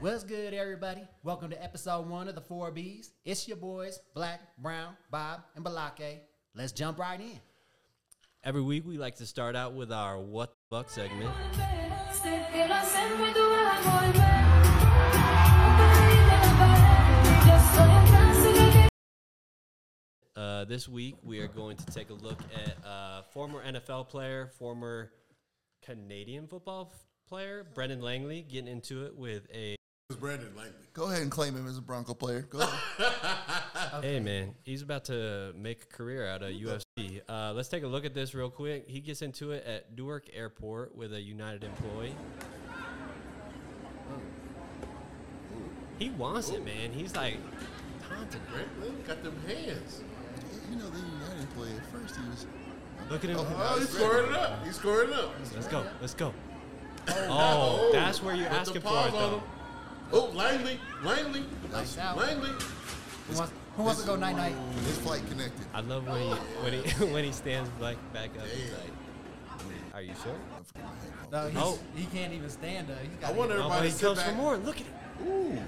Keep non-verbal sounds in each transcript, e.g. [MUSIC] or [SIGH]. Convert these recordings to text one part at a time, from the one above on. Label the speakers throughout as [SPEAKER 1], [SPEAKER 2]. [SPEAKER 1] What's good, everybody? Welcome to episode one of the Four Bs. It's your boys, Black, Brown, Bob, and Balake. Let's jump right in.
[SPEAKER 2] Every week we like to start out with our what the fuck segment.
[SPEAKER 3] Sé que la siempre tú vas a volver. No te ríes de la pared. Yo soy el cáncer que
[SPEAKER 2] Uh, this week we are going to take a look at uh, former NFL player, former Canadian football f- player Brendan Langley getting into it with a
[SPEAKER 4] It's Brandon Langley.
[SPEAKER 5] Go ahead and claim him as a Bronco player. Go
[SPEAKER 4] [LAUGHS]
[SPEAKER 5] ahead.
[SPEAKER 2] hey man, he's about to make a career out of UFC. Uh, let's take a look at this real quick. He gets into it at Newark Airport with a United employee. He wants it, man. He's like taunted.
[SPEAKER 4] Brandon Langley got them hands.
[SPEAKER 5] you know, the United play at first, he was.
[SPEAKER 2] Look at him.
[SPEAKER 4] Oh, he's scoring it up. He's scoring it up.
[SPEAKER 2] Let's go. Let's go. Oh,
[SPEAKER 4] [LAUGHS] Oh,
[SPEAKER 2] that's where you're
[SPEAKER 4] put the
[SPEAKER 2] asking for
[SPEAKER 4] paws
[SPEAKER 2] it,
[SPEAKER 4] on
[SPEAKER 2] though.
[SPEAKER 4] him. Oh, Langley, Langley,
[SPEAKER 1] Lights out.
[SPEAKER 4] Langley.
[SPEAKER 1] Who wants, who wants to go night night?
[SPEAKER 5] His flight connected.
[SPEAKER 2] I love when he when he [LAUGHS] when he stands back back up. He's like, "Are you sure?"
[SPEAKER 5] I forgot my headphones.
[SPEAKER 1] No, Uh, he's,
[SPEAKER 2] Oh.
[SPEAKER 1] he can't even stand up. He's
[SPEAKER 4] I
[SPEAKER 1] got
[SPEAKER 4] want
[SPEAKER 2] Oh, but
[SPEAKER 4] everybody
[SPEAKER 2] he
[SPEAKER 4] to sit
[SPEAKER 2] comes for
[SPEAKER 4] back.
[SPEAKER 2] more. Look at him.
[SPEAKER 4] Ooh.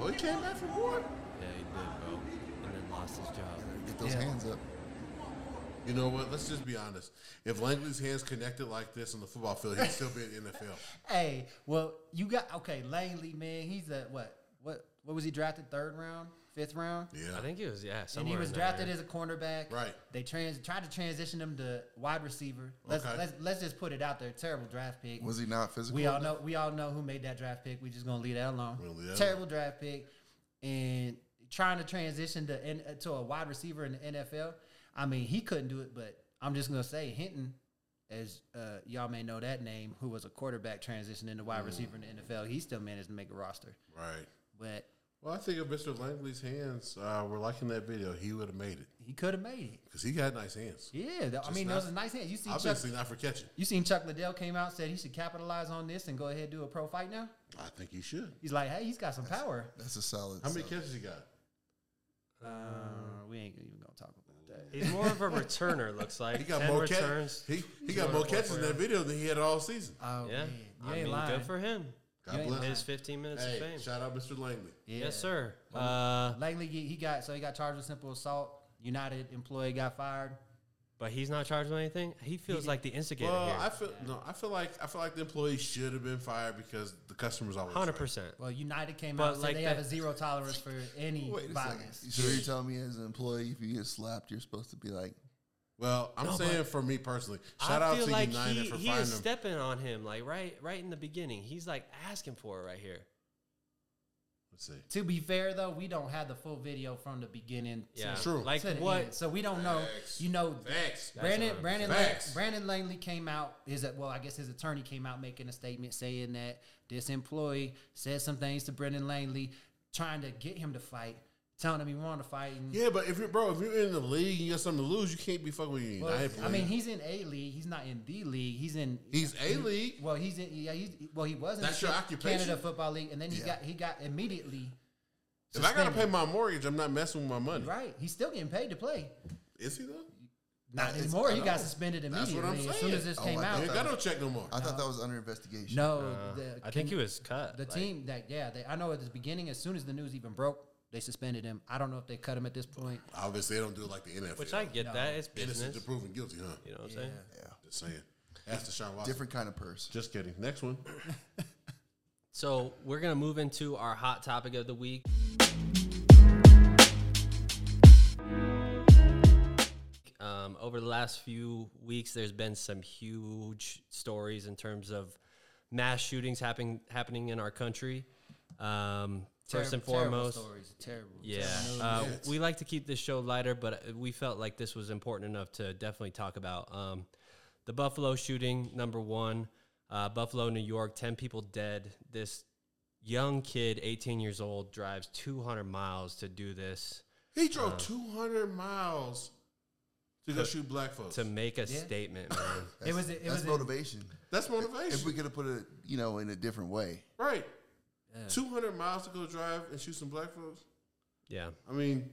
[SPEAKER 4] Oh, he came back for more.
[SPEAKER 2] Yeah, he did, bro. And then lost his job.
[SPEAKER 5] Get those
[SPEAKER 1] Yeah.
[SPEAKER 5] hands up.
[SPEAKER 4] You know what? Let's just be honest. If Langley's hands connected like this on the football field, he'd still be in the
[SPEAKER 5] [LAUGHS]
[SPEAKER 4] NFL.
[SPEAKER 1] Hey, well, you got okay, Langley, man. He's a what? What? What was he drafted? Third round, fifth round.
[SPEAKER 4] Yeah.
[SPEAKER 2] I think it was yeah.
[SPEAKER 1] And
[SPEAKER 2] Somewhere
[SPEAKER 1] he was
[SPEAKER 2] in there.
[SPEAKER 1] drafted as a cornerback.
[SPEAKER 4] Right.
[SPEAKER 1] They trans tried to transition him to wide receiver. Let's
[SPEAKER 4] Okay.
[SPEAKER 1] let's, let's just put it out there. Terrible draft pick.
[SPEAKER 5] Was he not physical?
[SPEAKER 1] we all know we all know who made that draft pick. We just gonna leave that alone.
[SPEAKER 4] We'll leave that
[SPEAKER 1] Terrible draft pick, and trying to transition to N, to a wide receiver in the NFL. I mean, he couldn't do it, but I'm just gonna say Hinton, as uh, y'all may know that name, who was a quarterback transitioning to wide receiver
[SPEAKER 4] Mm.
[SPEAKER 1] in the NFL. He still managed to make a roster,
[SPEAKER 4] Right.
[SPEAKER 1] but
[SPEAKER 4] Well, I think if Mr. Langley's hands uh, were like in that video, he would have made it
[SPEAKER 1] he could have made it.
[SPEAKER 4] because he got nice hands.
[SPEAKER 1] Yeah, th- I mean,
[SPEAKER 4] not-
[SPEAKER 1] those are nice hands. You see, Chuck,
[SPEAKER 4] Obviously, not for catching.
[SPEAKER 1] you seen Chuck Liddell came out said he should capitalize on this and go ahead and do a pro fight now.
[SPEAKER 4] I think he should.
[SPEAKER 1] He's like, hey, he's got some power.
[SPEAKER 5] That's a solid.
[SPEAKER 4] How many
[SPEAKER 5] solid.
[SPEAKER 4] catches he got?
[SPEAKER 1] Uh, we ain't even gonna talk about that.
[SPEAKER 2] [LAUGHS] He's more of a returner. Looks like
[SPEAKER 4] [LAUGHS] He got
[SPEAKER 2] Ten
[SPEAKER 4] more
[SPEAKER 2] returns.
[SPEAKER 4] catches. He, he got more catches in that video than he had all season.
[SPEAKER 1] Oh
[SPEAKER 2] yeah,
[SPEAKER 1] man, you
[SPEAKER 2] I
[SPEAKER 1] ain't
[SPEAKER 2] mean,
[SPEAKER 1] lying.
[SPEAKER 2] good for him.
[SPEAKER 1] You
[SPEAKER 4] God
[SPEAKER 1] ain't
[SPEAKER 4] bless.
[SPEAKER 1] lying.
[SPEAKER 2] His 15 minutes of
[SPEAKER 4] Hey,
[SPEAKER 2] fame.
[SPEAKER 4] shout out Mr. Langley.
[SPEAKER 1] Yeah.
[SPEAKER 2] Yes, sir. Uh,
[SPEAKER 1] Langley, he he got so he got charged with simple assault. United employee got fired.
[SPEAKER 2] but he's not charged with anything. He feels like the instigator
[SPEAKER 4] Well,
[SPEAKER 2] here.
[SPEAKER 4] I feel no. I feel like I feel like the employee should have been fired because the customer's always
[SPEAKER 2] Hundred
[SPEAKER 4] right.
[SPEAKER 2] percent.
[SPEAKER 1] Well, United came
[SPEAKER 2] But
[SPEAKER 1] out and
[SPEAKER 2] like
[SPEAKER 1] said they
[SPEAKER 2] that-
[SPEAKER 1] have a zero tolerance for any
[SPEAKER 5] [LAUGHS] Wait a
[SPEAKER 1] violence.
[SPEAKER 5] second. So you're telling me as an employee, if you get slapped, you're supposed to be like,
[SPEAKER 4] Well, I'm
[SPEAKER 2] No,
[SPEAKER 4] saying for me personally,
[SPEAKER 2] I
[SPEAKER 4] shout out
[SPEAKER 2] feel
[SPEAKER 4] to
[SPEAKER 2] like
[SPEAKER 4] United
[SPEAKER 2] he,
[SPEAKER 4] for
[SPEAKER 2] he
[SPEAKER 4] finding
[SPEAKER 2] is
[SPEAKER 4] him.
[SPEAKER 2] stepping on him like right right in the beginning. He's like asking for it right here.
[SPEAKER 4] Let's see.
[SPEAKER 1] To be fair though, we don't have the full video from the beginning. to-
[SPEAKER 2] Yeah,
[SPEAKER 1] To,
[SPEAKER 4] True.
[SPEAKER 2] Like
[SPEAKER 1] the
[SPEAKER 2] what?
[SPEAKER 1] end. So we don't know.
[SPEAKER 4] Facts.
[SPEAKER 1] You know,
[SPEAKER 4] Facts.
[SPEAKER 1] Brandon
[SPEAKER 2] what I'm
[SPEAKER 1] Brandon
[SPEAKER 4] saying.
[SPEAKER 1] Lang-
[SPEAKER 4] Facts.
[SPEAKER 1] Brandon Langley came out is that well I guess his attorney came out making a statement saying that this employee said some things to Brandon Langley trying to get him to fight, telling him he wanted to fight and
[SPEAKER 4] Yeah, but if you're bro, if you're in the league and you got something to lose, you can't be fucking with
[SPEAKER 1] Well,
[SPEAKER 4] United.
[SPEAKER 1] I
[SPEAKER 4] player.
[SPEAKER 1] mean, he's in A league. He's not in D league. He's in.
[SPEAKER 4] he's a league.
[SPEAKER 1] well, he's in. Yeah, he's, well, he was in
[SPEAKER 4] That's
[SPEAKER 1] the
[SPEAKER 4] your
[SPEAKER 1] Ca-
[SPEAKER 4] occupation?
[SPEAKER 1] Canada Football League, and then he
[SPEAKER 5] Yeah.
[SPEAKER 1] got he got immediately.
[SPEAKER 4] If I gotta pay
[SPEAKER 1] suspended.
[SPEAKER 4] my mortgage, I'm not messing with my money.
[SPEAKER 1] right, he's still getting paid to play.
[SPEAKER 4] Is he though?
[SPEAKER 1] Not
[SPEAKER 5] it's-
[SPEAKER 1] anymore.
[SPEAKER 5] I
[SPEAKER 1] He got
[SPEAKER 5] know.
[SPEAKER 1] suspended
[SPEAKER 4] That's
[SPEAKER 1] immediately
[SPEAKER 4] what I'm
[SPEAKER 1] as soon
[SPEAKER 4] saying.
[SPEAKER 1] as this
[SPEAKER 5] Oh,
[SPEAKER 1] came
[SPEAKER 5] I
[SPEAKER 1] out.
[SPEAKER 4] He ain't got no check no more.
[SPEAKER 5] I thought that was under investigation.
[SPEAKER 1] no,
[SPEAKER 2] Uh,
[SPEAKER 1] the,
[SPEAKER 2] I
[SPEAKER 1] can-
[SPEAKER 2] think he was cut.
[SPEAKER 1] the
[SPEAKER 2] like-
[SPEAKER 1] team that yeah. They, I know at the beginning, as soon as the news even broke, they suspended him. I don't know if they cut him at this point.
[SPEAKER 4] Obviously, they don't do it like the NFL.
[SPEAKER 2] Which I get that it's
[SPEAKER 4] innocent
[SPEAKER 2] business.
[SPEAKER 4] to proven guilty, huh?
[SPEAKER 2] You know what I'm saying?
[SPEAKER 4] Just saying. That's Deshaun Watson.
[SPEAKER 5] Different kind of purse.
[SPEAKER 4] Just kidding. Next one.
[SPEAKER 2] So we're gonna move into our hot topic of the week. Um, over the last few weeks, there's been some huge stories in terms of mass shootings happening happening in our country. Um, first and
[SPEAKER 1] Terrible- terrible
[SPEAKER 2] foremost,
[SPEAKER 1] stories, terrible.
[SPEAKER 2] yeah,
[SPEAKER 1] terrible news.
[SPEAKER 2] uh, we like to keep this show lighter, but uh, we felt like this was important enough to definitely talk about um, the Buffalo shooting. Number one, uh, Buffalo, New York, ten people dead. This young kid, eighteen years old, drives two hundred miles to do this
[SPEAKER 4] He drove 200 miles to go shoot black folks.
[SPEAKER 2] Uh, to make a
[SPEAKER 1] [COUGHS]
[SPEAKER 2] statement, man.
[SPEAKER 1] it was it
[SPEAKER 5] That's
[SPEAKER 1] was
[SPEAKER 5] motivation.
[SPEAKER 4] That's
[SPEAKER 5] If
[SPEAKER 4] motivation.
[SPEAKER 5] we could have put it, you know, in a different way.
[SPEAKER 4] right. 200 miles to go drive and shoot some black folks.
[SPEAKER 2] yeah.
[SPEAKER 4] I mean,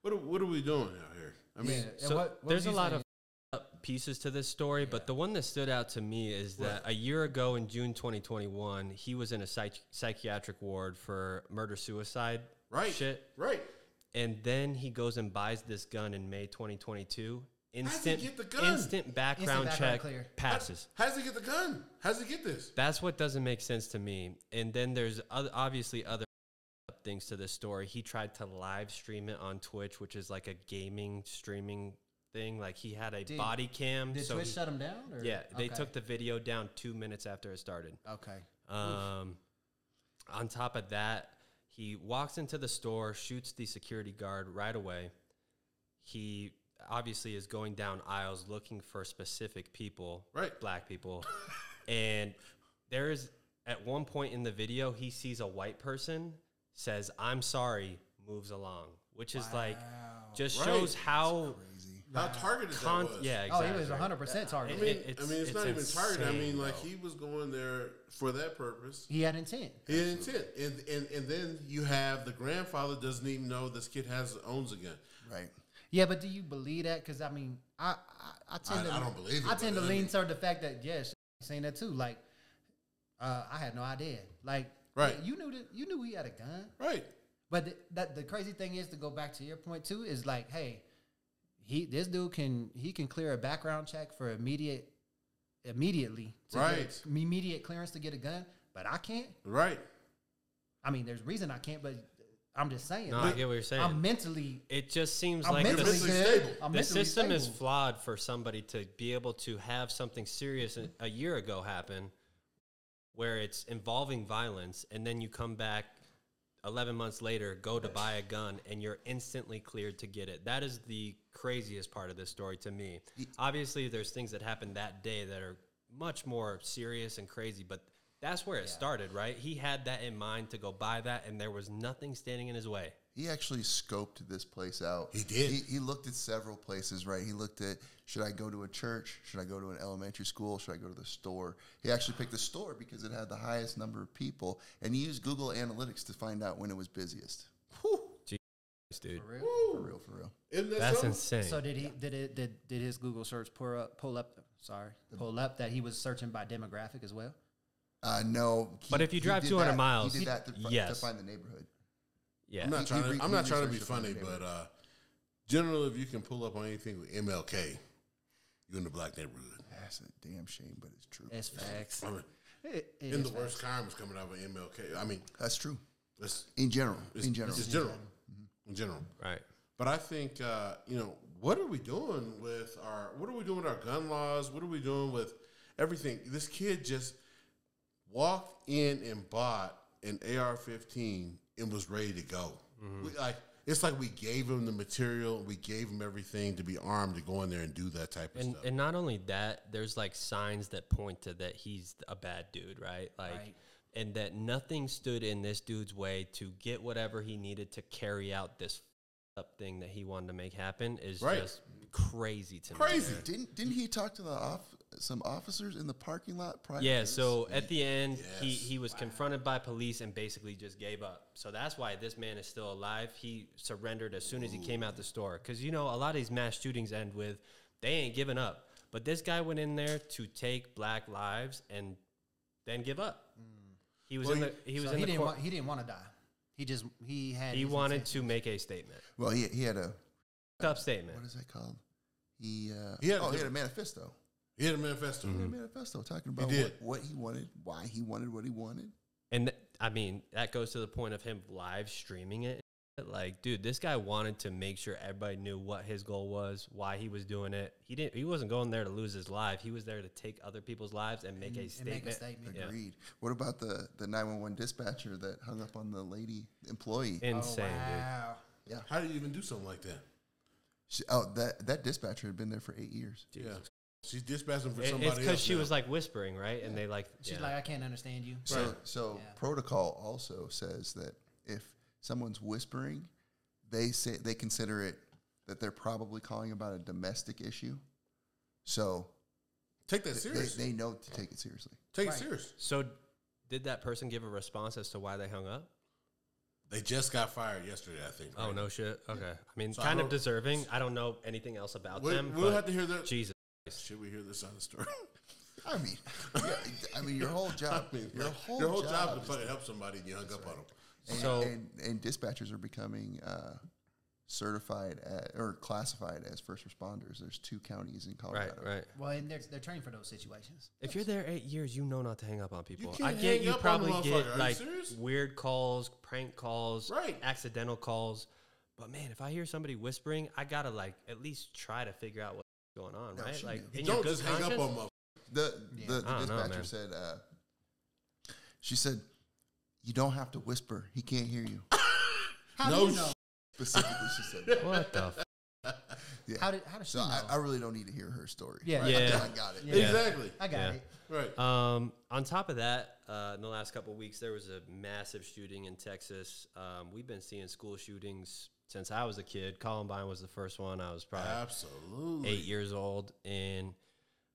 [SPEAKER 4] what are, what are we doing out here? I mean,
[SPEAKER 1] Yeah. And
[SPEAKER 2] so
[SPEAKER 1] what- what
[SPEAKER 2] there's
[SPEAKER 1] was
[SPEAKER 2] a
[SPEAKER 1] he
[SPEAKER 2] lot
[SPEAKER 1] saying?
[SPEAKER 2] of pieces to this story, but the one that stood out to me is that a year ago in June 2021, he was in a psych- psychiatric ward for murder suicide
[SPEAKER 4] Right.
[SPEAKER 2] shit,
[SPEAKER 4] Right.
[SPEAKER 2] and then he goes and buys this gun in May 2022. Instant,
[SPEAKER 4] get the gun?
[SPEAKER 2] instant background
[SPEAKER 1] background
[SPEAKER 2] check
[SPEAKER 1] clear.
[SPEAKER 2] passes.
[SPEAKER 4] How does he get the gun? How does he get this?
[SPEAKER 2] That's what doesn't make sense to me. And then there's other, obviously other things to this story. He tried to live stream it on Twitch, which is like a gaming streaming thing. Like he had a
[SPEAKER 1] Did-
[SPEAKER 2] body cam.
[SPEAKER 1] Did
[SPEAKER 2] so
[SPEAKER 1] Twitch
[SPEAKER 2] he-
[SPEAKER 1] shut him down? Or?
[SPEAKER 2] yeah, they
[SPEAKER 1] Okay.
[SPEAKER 2] took the video down two minutes after it started.
[SPEAKER 1] Okay.
[SPEAKER 2] Um, on top of that, he walks into the store, shoots the security guard right away. He obviously is going down aisles looking for specific people,
[SPEAKER 4] Right.
[SPEAKER 2] Black people.
[SPEAKER 4] [LAUGHS]
[SPEAKER 2] and there is, at one point in the video, he sees a white person, says, I'm sorry, moves along, which is like, just
[SPEAKER 4] Right.
[SPEAKER 2] shows how.
[SPEAKER 4] How targeted
[SPEAKER 2] Con-
[SPEAKER 4] that was.
[SPEAKER 2] yeah,
[SPEAKER 1] Oh,
[SPEAKER 2] exactly.
[SPEAKER 1] he was 100 percent
[SPEAKER 4] I
[SPEAKER 1] targeted.
[SPEAKER 4] mean,
[SPEAKER 2] It- it's-
[SPEAKER 4] I mean, it's,
[SPEAKER 2] it's
[SPEAKER 4] not even targeted. I mean,
[SPEAKER 2] insane,
[SPEAKER 4] like
[SPEAKER 2] though.
[SPEAKER 4] he was going there for that purpose.
[SPEAKER 1] he had intent.
[SPEAKER 4] His intent, and, and and then you have the grandfather doesn't even know this kid has owns a gun.
[SPEAKER 5] Right.
[SPEAKER 1] Yeah, but do you believe that? Because I mean, I I, I tend
[SPEAKER 4] I-
[SPEAKER 1] to
[SPEAKER 4] I don't believe it,
[SPEAKER 1] I tend to
[SPEAKER 4] but I
[SPEAKER 1] lean
[SPEAKER 4] mean-
[SPEAKER 1] toward the fact that yes, saying that too. Like, uh, I had no idea. Like,
[SPEAKER 4] Right.
[SPEAKER 1] You knew that you knew he had a gun.
[SPEAKER 4] Right.
[SPEAKER 1] But the, that the crazy thing is to go back to your point too is like, hey, he this dude can he can clear a background check for immediate immediately to
[SPEAKER 4] Right.
[SPEAKER 1] get immediate clearance to get a gun, but I can't.
[SPEAKER 4] Right.
[SPEAKER 1] I mean, there's reason I can't, but I'm just saying.
[SPEAKER 2] No, I
[SPEAKER 1] like,
[SPEAKER 2] get what you're saying.
[SPEAKER 1] I'm mentally.
[SPEAKER 2] it just seems
[SPEAKER 1] I'm
[SPEAKER 2] like the
[SPEAKER 1] mentally
[SPEAKER 4] Mentally
[SPEAKER 1] good.
[SPEAKER 4] stable.
[SPEAKER 1] I'm
[SPEAKER 2] the
[SPEAKER 1] mentally
[SPEAKER 2] system is
[SPEAKER 1] stable.
[SPEAKER 2] flawed for somebody to be able to have something serious a- a year ago happen where it's involving violence and then you come back 11 months later go to buy a gun and you're instantly cleared to get it that is the craziest part of this story to me obviously there's things that happened that day that are much more serious and crazy but that's where it started right he had that in mind to go buy that and there was nothing standing in his way
[SPEAKER 5] He actually scoped this place out.
[SPEAKER 4] He did.
[SPEAKER 5] He, he looked at several places, right? He looked at should I go to a church? Should I go to an elementary school? Should I go to the store? He actually picked the store because it had the highest number of people, and he used Google Analytics to find out when it was busiest.
[SPEAKER 2] dude
[SPEAKER 5] For real, for real.
[SPEAKER 4] Isn't that
[SPEAKER 2] that's
[SPEAKER 4] something?
[SPEAKER 2] insane
[SPEAKER 1] So did he? Did it? Did did his Google search pull up? Pull up? Sorry, pull up that he was searching by demographic as well.
[SPEAKER 5] Uh, no. he-
[SPEAKER 2] But if you
[SPEAKER 5] he
[SPEAKER 2] drive
[SPEAKER 5] did
[SPEAKER 2] 200
[SPEAKER 5] that-
[SPEAKER 2] miles,
[SPEAKER 5] he did that to, fi- to
[SPEAKER 2] yes.
[SPEAKER 5] find the neighborhood.
[SPEAKER 2] yeah
[SPEAKER 4] I'm not
[SPEAKER 5] He-
[SPEAKER 4] trying.
[SPEAKER 5] he re-
[SPEAKER 4] To, I'm
[SPEAKER 5] he
[SPEAKER 4] not trying to be
[SPEAKER 5] researched it from
[SPEAKER 4] funny,
[SPEAKER 5] the
[SPEAKER 4] but uh, generally, if you can pull up on anything with MLK, you're in the black neighborhood.
[SPEAKER 5] That's a damn shame, but it's true.
[SPEAKER 1] That's facts.
[SPEAKER 4] I mean,
[SPEAKER 1] It- it
[SPEAKER 4] in
[SPEAKER 1] is
[SPEAKER 4] the
[SPEAKER 1] facts.
[SPEAKER 4] worst crime is coming out of MLK. I mean,
[SPEAKER 5] That's true.
[SPEAKER 4] it's,
[SPEAKER 5] In general.
[SPEAKER 4] it's
[SPEAKER 5] in general.
[SPEAKER 4] It's general. In general.
[SPEAKER 2] right
[SPEAKER 4] But I think uh, you know what are we doing with our what are we doing with our gun laws? What are we doing with everything? This kid just walked in and bought an AR-15 and was ready to go. We, like it's like we gave him the material, we gave him everything to be armed to go in there and do that type of
[SPEAKER 2] And
[SPEAKER 4] stuff.
[SPEAKER 2] and not only that, there's like signs that point to that he's a bad dude, right? Like and that nothing stood in this dude's way to get whatever he needed to carry out this up thing that he wanted to make happen is
[SPEAKER 4] Right.
[SPEAKER 2] just crazy to me.
[SPEAKER 4] Crazy.
[SPEAKER 5] Didn't didn't he talk to the off some officers in the parking lot prior?
[SPEAKER 2] Yeah,
[SPEAKER 5] to this?
[SPEAKER 2] so at the end, he,
[SPEAKER 4] Yes.
[SPEAKER 2] he was confronted by police and basically just gave up. So that's why this man is still alive. He surrendered as soon as he came out the store. Because, you know, a lot of these mass shootings end with they ain't giving up. But this guy went in there to take black lives and then give up. He was
[SPEAKER 4] Well,
[SPEAKER 2] in the
[SPEAKER 4] you-
[SPEAKER 2] he was
[SPEAKER 1] So
[SPEAKER 2] in
[SPEAKER 1] he
[SPEAKER 2] the
[SPEAKER 1] didn't
[SPEAKER 2] court.
[SPEAKER 1] want. He didn't want to die. He just he had.
[SPEAKER 2] he
[SPEAKER 1] his
[SPEAKER 2] wanted
[SPEAKER 1] intent.
[SPEAKER 2] to make a statement.
[SPEAKER 5] well, he, he had a
[SPEAKER 2] Up statement.
[SPEAKER 5] what is that called? He uh,
[SPEAKER 4] He had
[SPEAKER 5] oh he
[SPEAKER 4] the-
[SPEAKER 5] had a manifesto.
[SPEAKER 4] He had a manifesto.
[SPEAKER 5] He had a manifesto talking about
[SPEAKER 4] did.
[SPEAKER 5] what, what he wanted, why he wanted what he wanted.
[SPEAKER 2] And th- I mean, that goes to the point of him live streaming it. Like, dude, this guy wanted to make sure everybody knew what his goal was, why he was doing it. He didn't. He wasn't going there to lose his life. He was there to take other people's lives and make a
[SPEAKER 1] And
[SPEAKER 2] statement.
[SPEAKER 1] make a statement.
[SPEAKER 2] Yeah.
[SPEAKER 5] Agreed. What about the the nine one one dispatcher that hung up on the lady employee?
[SPEAKER 4] Oh,
[SPEAKER 2] Insane,
[SPEAKER 1] Oh, Wow.
[SPEAKER 4] How do you even do something like that?
[SPEAKER 5] She, oh, that that dispatcher had been there for eight years.
[SPEAKER 4] Yeah. She's dispatching for
[SPEAKER 2] dude. It-
[SPEAKER 4] somebody
[SPEAKER 2] it's
[SPEAKER 4] else.
[SPEAKER 2] because she
[SPEAKER 4] now.
[SPEAKER 2] was like whispering, right? And they like,
[SPEAKER 1] She's
[SPEAKER 2] yeah.
[SPEAKER 1] like, I can't understand you.
[SPEAKER 5] So
[SPEAKER 4] Right.
[SPEAKER 5] so
[SPEAKER 1] Yeah.
[SPEAKER 5] protocol also says that if someone's whispering, they say they consider it that they're probably calling about a domestic issue. So
[SPEAKER 4] take that
[SPEAKER 5] they,
[SPEAKER 4] serious.
[SPEAKER 5] they know to take it seriously.
[SPEAKER 4] take
[SPEAKER 1] Right.
[SPEAKER 4] it serious.
[SPEAKER 2] so did that person give a response as to why they hung up?
[SPEAKER 4] They just got fired yesterday, I think.
[SPEAKER 2] Oh
[SPEAKER 4] right?
[SPEAKER 2] no, shit. Okay, I mean,
[SPEAKER 4] So I
[SPEAKER 2] kind of
[SPEAKER 4] don't-
[SPEAKER 2] deserving. I don't know anything else about
[SPEAKER 4] We-
[SPEAKER 2] them.
[SPEAKER 4] we'll
[SPEAKER 2] but
[SPEAKER 4] have to hear that-
[SPEAKER 2] Jesus,
[SPEAKER 4] Should we hear this on the story?
[SPEAKER 5] I mean, yeah, I mean, your whole job,
[SPEAKER 4] [LAUGHS] I mean,
[SPEAKER 5] your whole
[SPEAKER 4] job,
[SPEAKER 5] job,
[SPEAKER 4] is to fucking help somebody, and you hung up on them.
[SPEAKER 5] and,
[SPEAKER 2] So-
[SPEAKER 5] and, and dispatchers are becoming uh, certified at, or classified as first responders. There's two counties in Colorado.
[SPEAKER 2] Right, right.
[SPEAKER 1] Well, and they're, they're trained for those situations.
[SPEAKER 2] If you're there eight years, you know not to hang up on people.
[SPEAKER 4] can't
[SPEAKER 2] I get
[SPEAKER 4] hang
[SPEAKER 2] you
[SPEAKER 4] up on
[SPEAKER 2] probably
[SPEAKER 4] a motherfucker. Are
[SPEAKER 2] get
[SPEAKER 4] you
[SPEAKER 2] like
[SPEAKER 4] serious?
[SPEAKER 2] weird calls, prank calls,
[SPEAKER 4] Right.
[SPEAKER 2] accidental calls. But man, if I hear somebody whispering, I gotta like at least try to figure out what's going on,
[SPEAKER 5] No,
[SPEAKER 2] right?
[SPEAKER 5] she
[SPEAKER 2] Like
[SPEAKER 5] knew.
[SPEAKER 2] in your
[SPEAKER 4] Don't
[SPEAKER 2] good
[SPEAKER 4] just hang up
[SPEAKER 2] conscience?
[SPEAKER 4] on motherfuckers.
[SPEAKER 5] The
[SPEAKER 1] Yeah.
[SPEAKER 5] the, the
[SPEAKER 2] I don't know,
[SPEAKER 5] dispatcher
[SPEAKER 2] man.
[SPEAKER 5] said, uh, she said, you don't have to whisper. He can't hear
[SPEAKER 1] [LAUGHS]
[SPEAKER 5] you.
[SPEAKER 1] How
[SPEAKER 4] No
[SPEAKER 1] do you know?
[SPEAKER 5] Specifically, she said. that.
[SPEAKER 2] What the? F-
[SPEAKER 5] Yeah.
[SPEAKER 1] How did how does she
[SPEAKER 5] so I,
[SPEAKER 1] know?
[SPEAKER 5] I really don't need to hear her story.
[SPEAKER 1] Yeah.
[SPEAKER 5] Right?
[SPEAKER 2] Yeah.
[SPEAKER 5] I got it.
[SPEAKER 1] Yeah.
[SPEAKER 4] Exactly.
[SPEAKER 1] I got
[SPEAKER 2] Yeah.
[SPEAKER 1] it.
[SPEAKER 4] Right.
[SPEAKER 2] Um, on top of that, uh, in the last couple of weeks, there was a massive shooting in Texas. Um, we've been seeing school shootings since I was a kid. Columbine was the first one. I was probably
[SPEAKER 4] Absolutely.
[SPEAKER 2] eight years old, and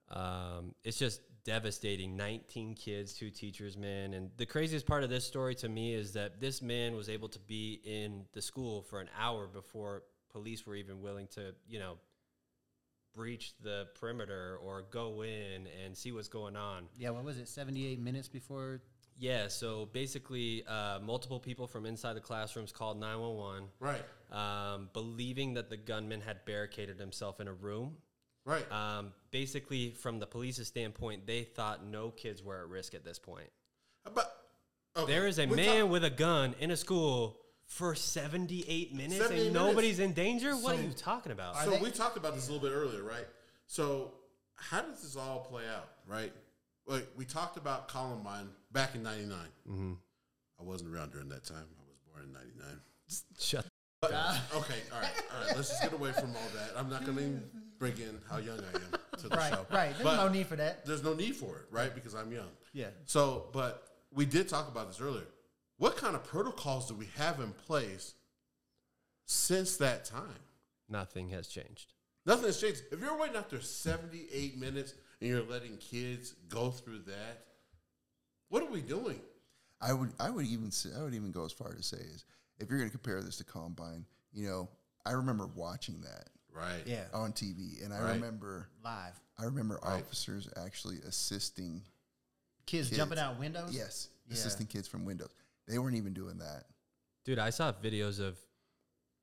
[SPEAKER 2] um, it's just devastating. Nineteen kids, two teachers, man. And the craziest part of this story to me is that this man was able to be in the school for an hour before police were even willing to, you know, breach the perimeter or go in and see what's going on.
[SPEAKER 1] Yeah, what was it? Seventy eight minutes before.
[SPEAKER 2] Yeah, so basically, uh, multiple people from inside the classrooms called nine one one.
[SPEAKER 4] Right.
[SPEAKER 2] Um, believing that the gunman had barricaded himself in a room
[SPEAKER 4] Right.
[SPEAKER 2] um, basically, from the police's standpoint, they thought no kids were at risk at this point.
[SPEAKER 4] But okay,
[SPEAKER 2] There is a
[SPEAKER 4] we're
[SPEAKER 2] man
[SPEAKER 4] talk-
[SPEAKER 2] with a gun in a school for 78 minutes
[SPEAKER 4] 78
[SPEAKER 2] and
[SPEAKER 4] minutes.
[SPEAKER 2] nobody's in danger? what are
[SPEAKER 4] So-
[SPEAKER 2] you talking about?
[SPEAKER 4] so
[SPEAKER 1] they-
[SPEAKER 4] we talked about this a little bit earlier, right? So how does this all play out, right? Like we talked about Columbine back in '99. Mm-hmm. I wasn't around during that time. I was born in '99.
[SPEAKER 2] Shut
[SPEAKER 4] But uh, okay, all right, all right. Let's just get away from all that. I'm not going to even bring in how young I am to the
[SPEAKER 1] Right,
[SPEAKER 4] show.
[SPEAKER 1] right. There's
[SPEAKER 4] But-
[SPEAKER 1] no need for that.
[SPEAKER 4] there's no need for it, right? Because I'm young.
[SPEAKER 1] Yeah.
[SPEAKER 4] So, but we did talk about this earlier. What kind of protocols do we have in place since that time?
[SPEAKER 2] Nothing has changed.
[SPEAKER 4] Nothing has changed. If you're waiting after 78 minutes and you're letting kids go through that, what are we doing?
[SPEAKER 5] I would I would even say, I would even go as far to say is if you're going to compare this to Combine, you know, I remember watching that
[SPEAKER 4] Right.
[SPEAKER 1] Yeah,
[SPEAKER 5] on TV, and I
[SPEAKER 4] Right.
[SPEAKER 5] remember
[SPEAKER 1] live
[SPEAKER 5] I remember officers actually assisting
[SPEAKER 1] kids,
[SPEAKER 5] Kids.
[SPEAKER 1] jumping out windows.
[SPEAKER 5] yes
[SPEAKER 1] Yeah.
[SPEAKER 5] assisting kids from windows. They weren't even doing that.
[SPEAKER 2] Dude, I saw videos of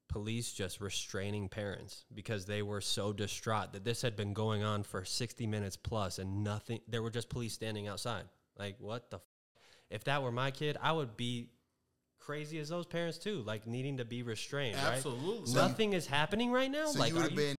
[SPEAKER 2] police just restraining parents because they were so distraught that this had been going on for 60 minutes plus and nothing there were just police standing outside like what the f-? if that were my kid i would be crazy as those parents too like needing to be restrained
[SPEAKER 4] Absolutely.
[SPEAKER 2] right?
[SPEAKER 4] So you-
[SPEAKER 2] nothing is happening right now
[SPEAKER 5] So
[SPEAKER 2] like
[SPEAKER 5] you would
[SPEAKER 2] are
[SPEAKER 5] have
[SPEAKER 2] you-
[SPEAKER 5] been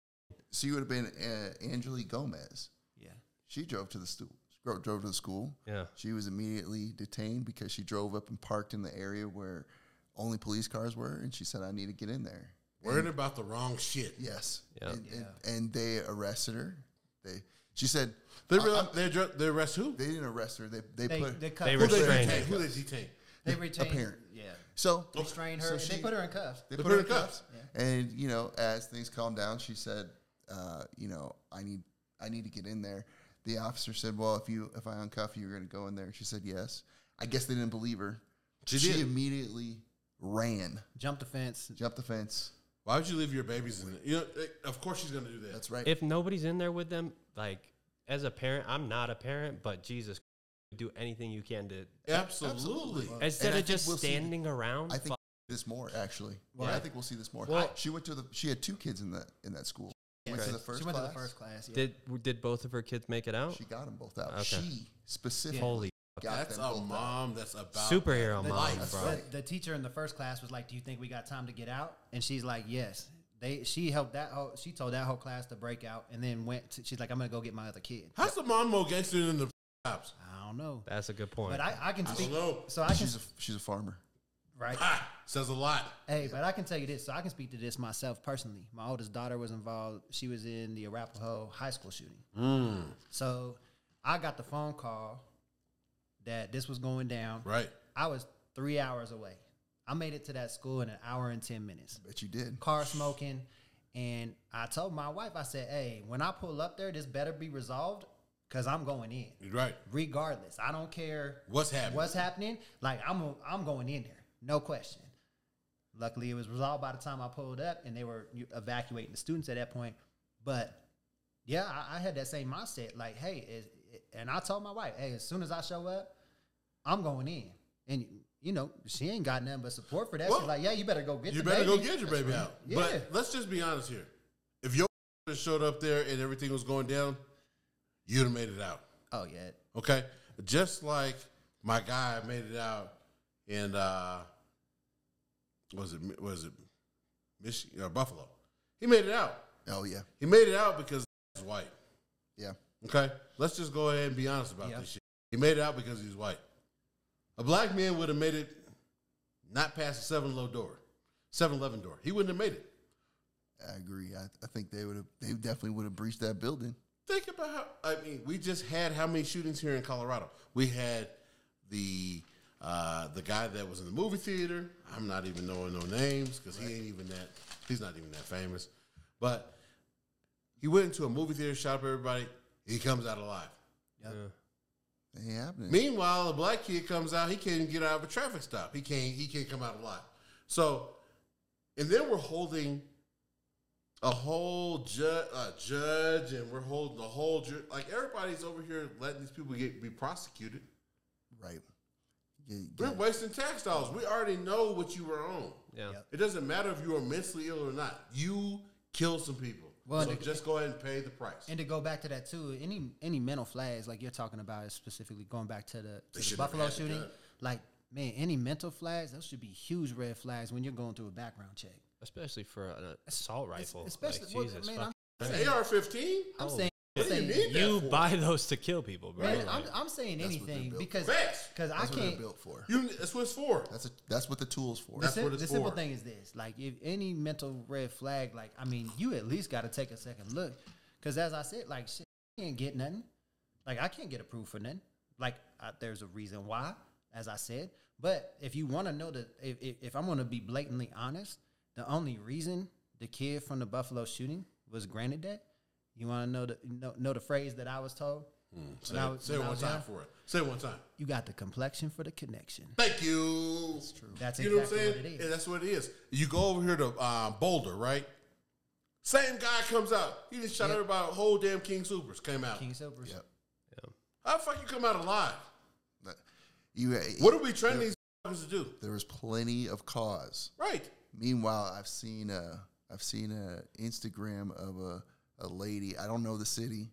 [SPEAKER 5] so you would have been uh, Angelique Gomez.
[SPEAKER 1] yeah.
[SPEAKER 5] She drove to the school. Drove to the school.
[SPEAKER 2] yeah
[SPEAKER 5] She was immediately detained because she drove up and parked in the area where only police cars were, and she said, "I need to get in there."
[SPEAKER 4] Worrying about the wrong shit.
[SPEAKER 5] Yes.
[SPEAKER 2] Yeah.
[SPEAKER 5] And, and, and they arrested her. They she said
[SPEAKER 4] They,
[SPEAKER 5] I-
[SPEAKER 4] real
[SPEAKER 5] I-
[SPEAKER 4] they, dr- they arrest who?
[SPEAKER 5] they didn't arrest her. They they,
[SPEAKER 1] They
[SPEAKER 5] put
[SPEAKER 1] they cut.
[SPEAKER 2] They
[SPEAKER 4] who
[SPEAKER 1] her.
[SPEAKER 2] were-
[SPEAKER 4] they
[SPEAKER 2] Restrained.
[SPEAKER 4] detain? Who they detain?
[SPEAKER 1] they retained.
[SPEAKER 5] parent.
[SPEAKER 1] Yeah,
[SPEAKER 5] so
[SPEAKER 1] restrained her.
[SPEAKER 5] so
[SPEAKER 1] and they
[SPEAKER 5] she-
[SPEAKER 1] put her in cuffs.
[SPEAKER 5] They, put her in cuffs. And you know, as things calmed down, she said, uh, "You know, I need I need to get in there." The officer said, "Well, if you if I uncuff you, you're going to go in there." She said, "Yes." I guess they didn't believe her. She,
[SPEAKER 4] did.
[SPEAKER 5] immediately ran,
[SPEAKER 1] Jumped the fence.
[SPEAKER 5] jumped the fence.
[SPEAKER 4] Why would you leave your babies in it? You know, like, of course she's going to do that.
[SPEAKER 5] That's right.
[SPEAKER 2] if nobody's in there with them like as a parent i'm not a parent but jesus do anything you can to
[SPEAKER 4] Absolutely.
[SPEAKER 2] instead
[SPEAKER 5] I
[SPEAKER 2] of
[SPEAKER 5] think
[SPEAKER 2] just
[SPEAKER 5] we'll see-
[SPEAKER 2] standing around
[SPEAKER 5] I think this more actually.
[SPEAKER 1] Well,
[SPEAKER 5] I think we'll see this more.
[SPEAKER 2] Well-
[SPEAKER 5] she went to the. She had two kids in that in that school. Went to
[SPEAKER 2] Okay.
[SPEAKER 5] the first
[SPEAKER 1] she went
[SPEAKER 5] class.
[SPEAKER 1] to the first class. Yeah.
[SPEAKER 2] Did did both of her kids make it out?
[SPEAKER 5] She got them both out.
[SPEAKER 2] Okay.
[SPEAKER 5] She specifically
[SPEAKER 2] Holy
[SPEAKER 5] got
[SPEAKER 4] That's
[SPEAKER 5] them
[SPEAKER 4] a
[SPEAKER 5] both out.
[SPEAKER 4] mom that's about
[SPEAKER 2] superhero
[SPEAKER 1] the,
[SPEAKER 2] mom,
[SPEAKER 1] the-
[SPEAKER 2] bro.
[SPEAKER 5] right.
[SPEAKER 1] the teacher in the first class was like, "Do you think we got time to get out?" And she's like, "Yes." They she helped that whole she told that whole class to break out and then went. To, she's like, "I'm gonna go get my other kid."
[SPEAKER 4] How's the mom more gangster than the [LAUGHS] cops?
[SPEAKER 1] I don't know,
[SPEAKER 2] That's a good point.
[SPEAKER 1] but I, I can
[SPEAKER 4] don't
[SPEAKER 1] speak.
[SPEAKER 4] know.
[SPEAKER 1] So I can
[SPEAKER 5] She's a she's a farmer.
[SPEAKER 1] right.
[SPEAKER 4] Ah, says a lot.
[SPEAKER 1] Hey, but I can tell you this. So I can speak to this myself personally. My oldest daughter was involved. She was in the Arapahoe high school shooting. So I got the phone call that this was going down.
[SPEAKER 4] Right.
[SPEAKER 1] I was three hours away. I made it to that school in an hour and 10 minutes.
[SPEAKER 5] Bet you did.
[SPEAKER 1] Car smoking. And I told my wife, I said, hey, when I pull up there, this better be resolved because I'm going in.
[SPEAKER 4] You're right.
[SPEAKER 1] Regardless, I don't care
[SPEAKER 4] What's happening?
[SPEAKER 1] what's happening. Like I'm I'm going in there, no question. Luckily, it was resolved by the time I pulled up, and they were evacuating the students at that point. But yeah, I, I had that same mindset. Like, hey, is- and I told my wife, hey, as soon as I show up, I'm going in. And you know, she ain't got nothing but support for that.
[SPEAKER 4] Well,
[SPEAKER 1] She's like, yeah, you better go get.
[SPEAKER 4] you
[SPEAKER 1] the
[SPEAKER 4] better
[SPEAKER 1] baby.
[SPEAKER 4] go get your baby out.
[SPEAKER 1] Yeah.
[SPEAKER 4] But let's just be honest here. If your showed up there and everything was going down, you'd have made it out.
[SPEAKER 1] Oh yeah,
[SPEAKER 4] Okay, just like my guy made it out in uh, was it Mi- was it Michigan or Buffalo? He made it out.
[SPEAKER 5] Oh yeah,
[SPEAKER 4] He made it out because he's white.
[SPEAKER 5] yeah.
[SPEAKER 4] Okay, let's just go ahead and be honest about
[SPEAKER 1] Yeah.
[SPEAKER 4] this shit. He made it out because he's white. A black man would have made it not past the 7 low door, 7-Eleven door. He wouldn't have made it.
[SPEAKER 5] I agree. I, I think they would have. They definitely would have breached that building.
[SPEAKER 4] Think about how I mean, we just had how many shootings here in Colorado? We had the uh, the guy that was in the movie theater. I'm not even knowing no names because he ain't even that. He's not even that famous. But he went into a movie theater, shot up everybody. He comes out alive.
[SPEAKER 5] It ain't happening.
[SPEAKER 4] Meanwhile, a black kid comes out. He can't even get out of a traffic stop. He can't. He can't come out alive. So, and then we're holding a whole judge, a judge, and we're holding the whole ju- like everybody's over here letting these people get be prosecuted.
[SPEAKER 5] Right. Get-
[SPEAKER 4] We're
[SPEAKER 5] get-
[SPEAKER 4] wasting tax dollars. We already know what you were on.
[SPEAKER 2] Yeah.
[SPEAKER 1] Yep.
[SPEAKER 4] It doesn't matter if you were mentally ill or not. You killed some people.
[SPEAKER 1] Well,
[SPEAKER 4] so
[SPEAKER 1] and-
[SPEAKER 4] just go ahead and pay the price.
[SPEAKER 1] and to go back to that too, any any mental flags like you're talking about is specifically going back to the, to the
[SPEAKER 4] shouldn't have
[SPEAKER 1] Buffalo
[SPEAKER 4] had the
[SPEAKER 1] shooting.
[SPEAKER 4] gun.
[SPEAKER 1] Like, man, any mental flags those should be huge red flags when you're going through a background check.
[SPEAKER 2] Especially for an assault rifle.
[SPEAKER 1] Especially,
[SPEAKER 2] like,
[SPEAKER 1] well,
[SPEAKER 2] Jesus
[SPEAKER 1] man,
[SPEAKER 2] fuck. Oh,
[SPEAKER 1] I'm,
[SPEAKER 4] An AR-15.
[SPEAKER 1] I'm saying, I'm
[SPEAKER 4] What do you
[SPEAKER 1] saying,
[SPEAKER 4] need that
[SPEAKER 2] you
[SPEAKER 4] for?
[SPEAKER 2] buy those to kill people, bro.
[SPEAKER 1] man,
[SPEAKER 2] Like,
[SPEAKER 1] I'm, I'm saying
[SPEAKER 5] That's what they're
[SPEAKER 1] anything
[SPEAKER 5] built
[SPEAKER 1] because
[SPEAKER 4] Facts.
[SPEAKER 1] because I
[SPEAKER 5] that's what they're
[SPEAKER 1] can't.
[SPEAKER 5] built for.
[SPEAKER 4] You. That's what it's for.
[SPEAKER 5] That's a, that's what the tools for.
[SPEAKER 1] The,
[SPEAKER 4] That's
[SPEAKER 1] sim-
[SPEAKER 4] what it's
[SPEAKER 1] the simple
[SPEAKER 4] for.
[SPEAKER 1] thing is this: like, if any mental red flag, like, I mean, you at least got to take a second look, because as I said, like, shit, I can't get nothing. Like, I can't get approved for nothing. Like, I, there's a reason why, as I said. But if you want to know that, if, if, if I'm going to be blatantly honest, the only reason the kid from the Buffalo shooting was granted that, you want to know the know, know the phrase that I was told.
[SPEAKER 4] Hmm. Say,
[SPEAKER 1] when I was-
[SPEAKER 4] say
[SPEAKER 1] when I
[SPEAKER 4] it one
[SPEAKER 1] was
[SPEAKER 4] time
[SPEAKER 1] young?
[SPEAKER 4] for it. Say it one time.
[SPEAKER 1] You got the complexion for the connection.
[SPEAKER 4] Thank you. That's true.
[SPEAKER 1] That's
[SPEAKER 4] you know
[SPEAKER 1] exactly
[SPEAKER 4] what
[SPEAKER 1] what
[SPEAKER 4] I'm saying?
[SPEAKER 1] it is.
[SPEAKER 4] And that's what it is. You go over here to uh, Boulder, right? Same guy comes out. He just shot
[SPEAKER 1] Yep.
[SPEAKER 4] everybody. Whole damn King Supers came out.
[SPEAKER 1] King Silver's.
[SPEAKER 5] Yep.
[SPEAKER 4] How the fuck you come out alive?
[SPEAKER 5] That- You, eh,
[SPEAKER 4] What are we training these fuckers to do?
[SPEAKER 5] There was plenty of cause.
[SPEAKER 4] Right.
[SPEAKER 5] Meanwhile, I've seen a I've seen a Instagram of a a lady. I don't know the city.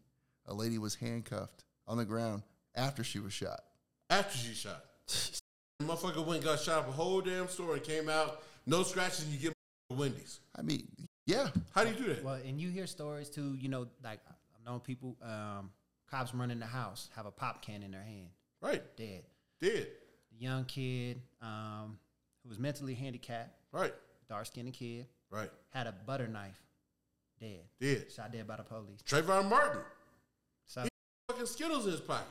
[SPEAKER 5] A lady was handcuffed on the ground after she was shot.
[SPEAKER 4] After she shot.
[SPEAKER 1] [LAUGHS]
[SPEAKER 4] The motherfucker went and got shot up a whole damn store and came out. No scratches. You get [LAUGHS] Wendy's.
[SPEAKER 5] I mean, yeah,
[SPEAKER 4] How do you do that?
[SPEAKER 1] Well, and you hear stories too, you know, like I've known people, um, cops run in the house, have a pop can in their hand,
[SPEAKER 4] Right.
[SPEAKER 1] dead.
[SPEAKER 4] Did.
[SPEAKER 1] The young kid um, who was mentally handicapped,
[SPEAKER 4] Right.
[SPEAKER 1] dark skinned kid,
[SPEAKER 4] Right.
[SPEAKER 1] had a butter knife, dead.
[SPEAKER 4] Did.
[SPEAKER 1] Shot dead by the police.
[SPEAKER 4] Trayvon Martin.
[SPEAKER 1] So,
[SPEAKER 4] Fucking Skittles in his pocket.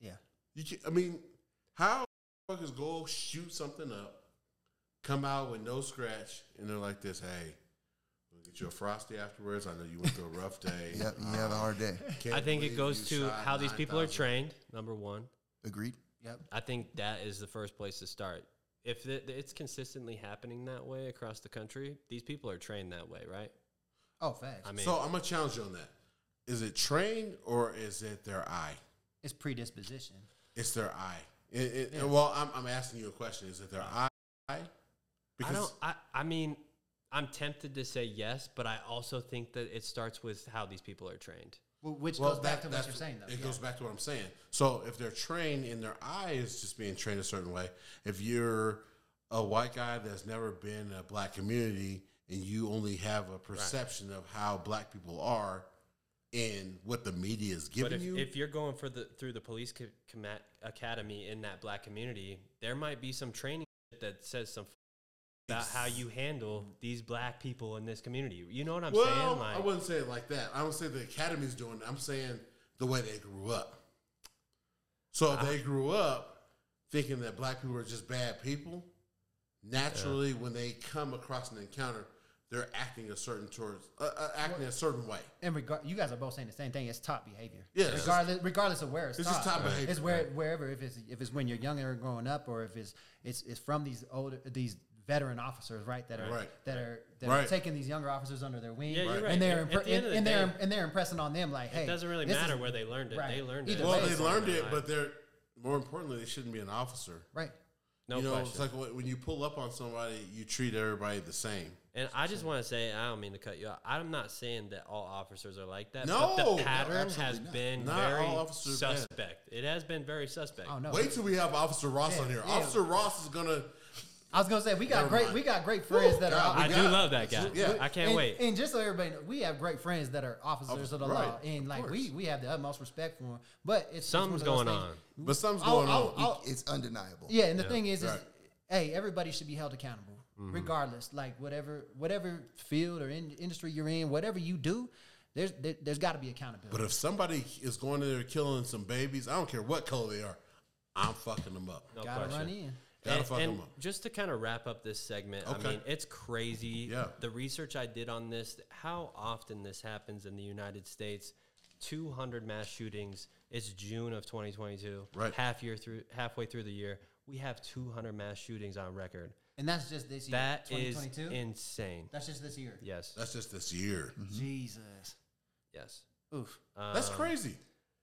[SPEAKER 1] yeah.
[SPEAKER 4] You can, I mean, how fuckers go shoot something up, come out with no scratch, and they're like this, hey, we'll get you a frosty afterwards. I know you went through a rough
[SPEAKER 5] [LAUGHS]
[SPEAKER 4] day. Um,
[SPEAKER 5] yeah, you have a hard day.
[SPEAKER 4] Can't
[SPEAKER 2] I think it
[SPEAKER 4] believe
[SPEAKER 2] goes
[SPEAKER 4] you
[SPEAKER 2] to
[SPEAKER 4] shot
[SPEAKER 2] how these people are
[SPEAKER 4] 9,000."
[SPEAKER 2] trained. Number one,
[SPEAKER 5] Agreed.
[SPEAKER 1] Yep.
[SPEAKER 2] I think that is the first place to start. If it, it's consistently happening that way across the country, these people are trained that way, right?
[SPEAKER 1] Oh, facts.
[SPEAKER 2] I mean,
[SPEAKER 4] So I'm going to challenge you on that. Is it trained or is it their eye?
[SPEAKER 1] it's predisposition.
[SPEAKER 4] It's their eye. It- it- Well, I'm, I'm asking you a question. Is it their eye?
[SPEAKER 2] I don't. I, I mean, I'm tempted to say yes, but I also think that it starts with how these people are trained.
[SPEAKER 1] Well, which
[SPEAKER 4] Well,
[SPEAKER 1] goes back
[SPEAKER 4] that-
[SPEAKER 1] to what
[SPEAKER 4] that's-
[SPEAKER 1] you're saying, though.
[SPEAKER 4] It
[SPEAKER 1] Yeah.
[SPEAKER 4] goes back to what I'm saying. So if they're trained and their eye is just being trained a certain way, if you're a white guy that's never been in a black community and you only have a perception of how black people are and what the media is
[SPEAKER 2] But
[SPEAKER 4] giving
[SPEAKER 2] if,
[SPEAKER 4] you,
[SPEAKER 2] if you're going for the through the police co- comma- academy in that black community, there might be some training that says some f- about how you handle these black people in this community. You know what I'm
[SPEAKER 4] well,
[SPEAKER 2] saying? Like,
[SPEAKER 4] I wouldn't say it like that. I don't say the academy's doing. it. I'm saying the way they grew up. So if they
[SPEAKER 2] Ah.
[SPEAKER 4] grew up thinking that black people are just bad people, naturally, when they come across an encounter, they're acting a certain towards uh, uh, acting a certain way.
[SPEAKER 1] And regard, you guys are both saying the same thing. It's top behavior.
[SPEAKER 4] Yeah, it's just-
[SPEAKER 1] Regardless, regardless of where it's,
[SPEAKER 4] It's
[SPEAKER 1] taught.
[SPEAKER 4] just top behavior.
[SPEAKER 1] It's where wherever if it's if it's when you're younger and growing up, or if it's it's it's from these older these veteran officers, right? That are
[SPEAKER 4] Right.
[SPEAKER 1] that are that are
[SPEAKER 4] Right.
[SPEAKER 1] taking these younger officers under their wing,
[SPEAKER 2] Yeah, you're right.
[SPEAKER 1] and they're
[SPEAKER 2] At-
[SPEAKER 1] impre-
[SPEAKER 2] at the
[SPEAKER 1] and,
[SPEAKER 2] end of the
[SPEAKER 1] and they're
[SPEAKER 2] day,
[SPEAKER 1] and they're impressing on them like, hey,
[SPEAKER 2] it doesn't really
[SPEAKER 1] this is-
[SPEAKER 2] matter where they learned it.
[SPEAKER 1] right.
[SPEAKER 2] They learned
[SPEAKER 1] Either
[SPEAKER 2] it.
[SPEAKER 1] way,
[SPEAKER 4] Well,
[SPEAKER 1] Based
[SPEAKER 4] they
[SPEAKER 1] on
[SPEAKER 4] learned
[SPEAKER 2] their
[SPEAKER 4] it,
[SPEAKER 2] life.
[SPEAKER 4] but they're more importantly, they shouldn't be an officer.
[SPEAKER 1] right.
[SPEAKER 2] no
[SPEAKER 4] you know,
[SPEAKER 2] question.
[SPEAKER 4] it's like when when you pull up on somebody, you treat everybody the same.
[SPEAKER 2] and I just want to say, I don't mean to cut you off. I'm not saying that all officers are like that.
[SPEAKER 4] No,
[SPEAKER 2] but
[SPEAKER 4] no,
[SPEAKER 2] the pattern has
[SPEAKER 5] absolutely not.
[SPEAKER 2] been
[SPEAKER 4] Not
[SPEAKER 2] very
[SPEAKER 4] all officers are bad.
[SPEAKER 2] suspect. It has been very suspect.
[SPEAKER 1] Oh no,
[SPEAKER 4] Wait till we have Officer Ross on
[SPEAKER 1] Yeah,
[SPEAKER 4] here.
[SPEAKER 1] yeah.
[SPEAKER 4] Officer Ross is gonna.
[SPEAKER 1] I was gonna say we got
[SPEAKER 4] Never
[SPEAKER 1] great
[SPEAKER 4] mind.
[SPEAKER 1] we got great friends
[SPEAKER 4] Woo,
[SPEAKER 1] that are.
[SPEAKER 4] God, we
[SPEAKER 2] I do
[SPEAKER 4] got-
[SPEAKER 2] love that guy.
[SPEAKER 4] Yeah.
[SPEAKER 2] I can't
[SPEAKER 1] and,
[SPEAKER 2] wait.
[SPEAKER 1] And just so everybody, know, we have great friends that are officers of the law,
[SPEAKER 4] Right,
[SPEAKER 1] and
[SPEAKER 4] of
[SPEAKER 1] like
[SPEAKER 4] course.
[SPEAKER 1] we we have the utmost respect for them. But it's it's one
[SPEAKER 2] Something's
[SPEAKER 1] of those
[SPEAKER 2] going
[SPEAKER 1] things-
[SPEAKER 2] on.
[SPEAKER 4] But something's
[SPEAKER 1] I'll-
[SPEAKER 4] going
[SPEAKER 1] I'll-
[SPEAKER 4] on.
[SPEAKER 1] I'll-
[SPEAKER 5] It's undeniable.
[SPEAKER 1] yeah, and the thing is, is
[SPEAKER 4] Right.
[SPEAKER 1] hey, everybody should be held accountable, regardless. Like whatever whatever field or in, industry you're in, whatever you do, there's there, there's got to be accountability.
[SPEAKER 4] But uh, if somebody is going in there killing some babies, I don't care what color they are, I'm fucking them up.
[SPEAKER 2] No
[SPEAKER 1] gotta
[SPEAKER 2] question.
[SPEAKER 1] run in.
[SPEAKER 4] Gotta
[SPEAKER 2] and,
[SPEAKER 4] fuck
[SPEAKER 2] and
[SPEAKER 4] 'em up.
[SPEAKER 2] just to kind of wrap up this segment,
[SPEAKER 4] Okay.
[SPEAKER 2] I mean, it's crazy.
[SPEAKER 4] Yeah.
[SPEAKER 2] The research I did on this, how often this happens in the United States, 200 mass shootings. It's June of 2022.
[SPEAKER 4] Right.
[SPEAKER 2] Half year through, halfway through the year, we have 200 mass shootings on record.
[SPEAKER 1] And that's just this year,
[SPEAKER 2] That is
[SPEAKER 1] 2022.
[SPEAKER 2] insane.
[SPEAKER 1] that's just this year.
[SPEAKER 2] Yes.
[SPEAKER 4] That's just this year.
[SPEAKER 2] Mm-hmm.
[SPEAKER 1] Jesus,
[SPEAKER 2] yes. Um,
[SPEAKER 1] oof.
[SPEAKER 4] That's crazy.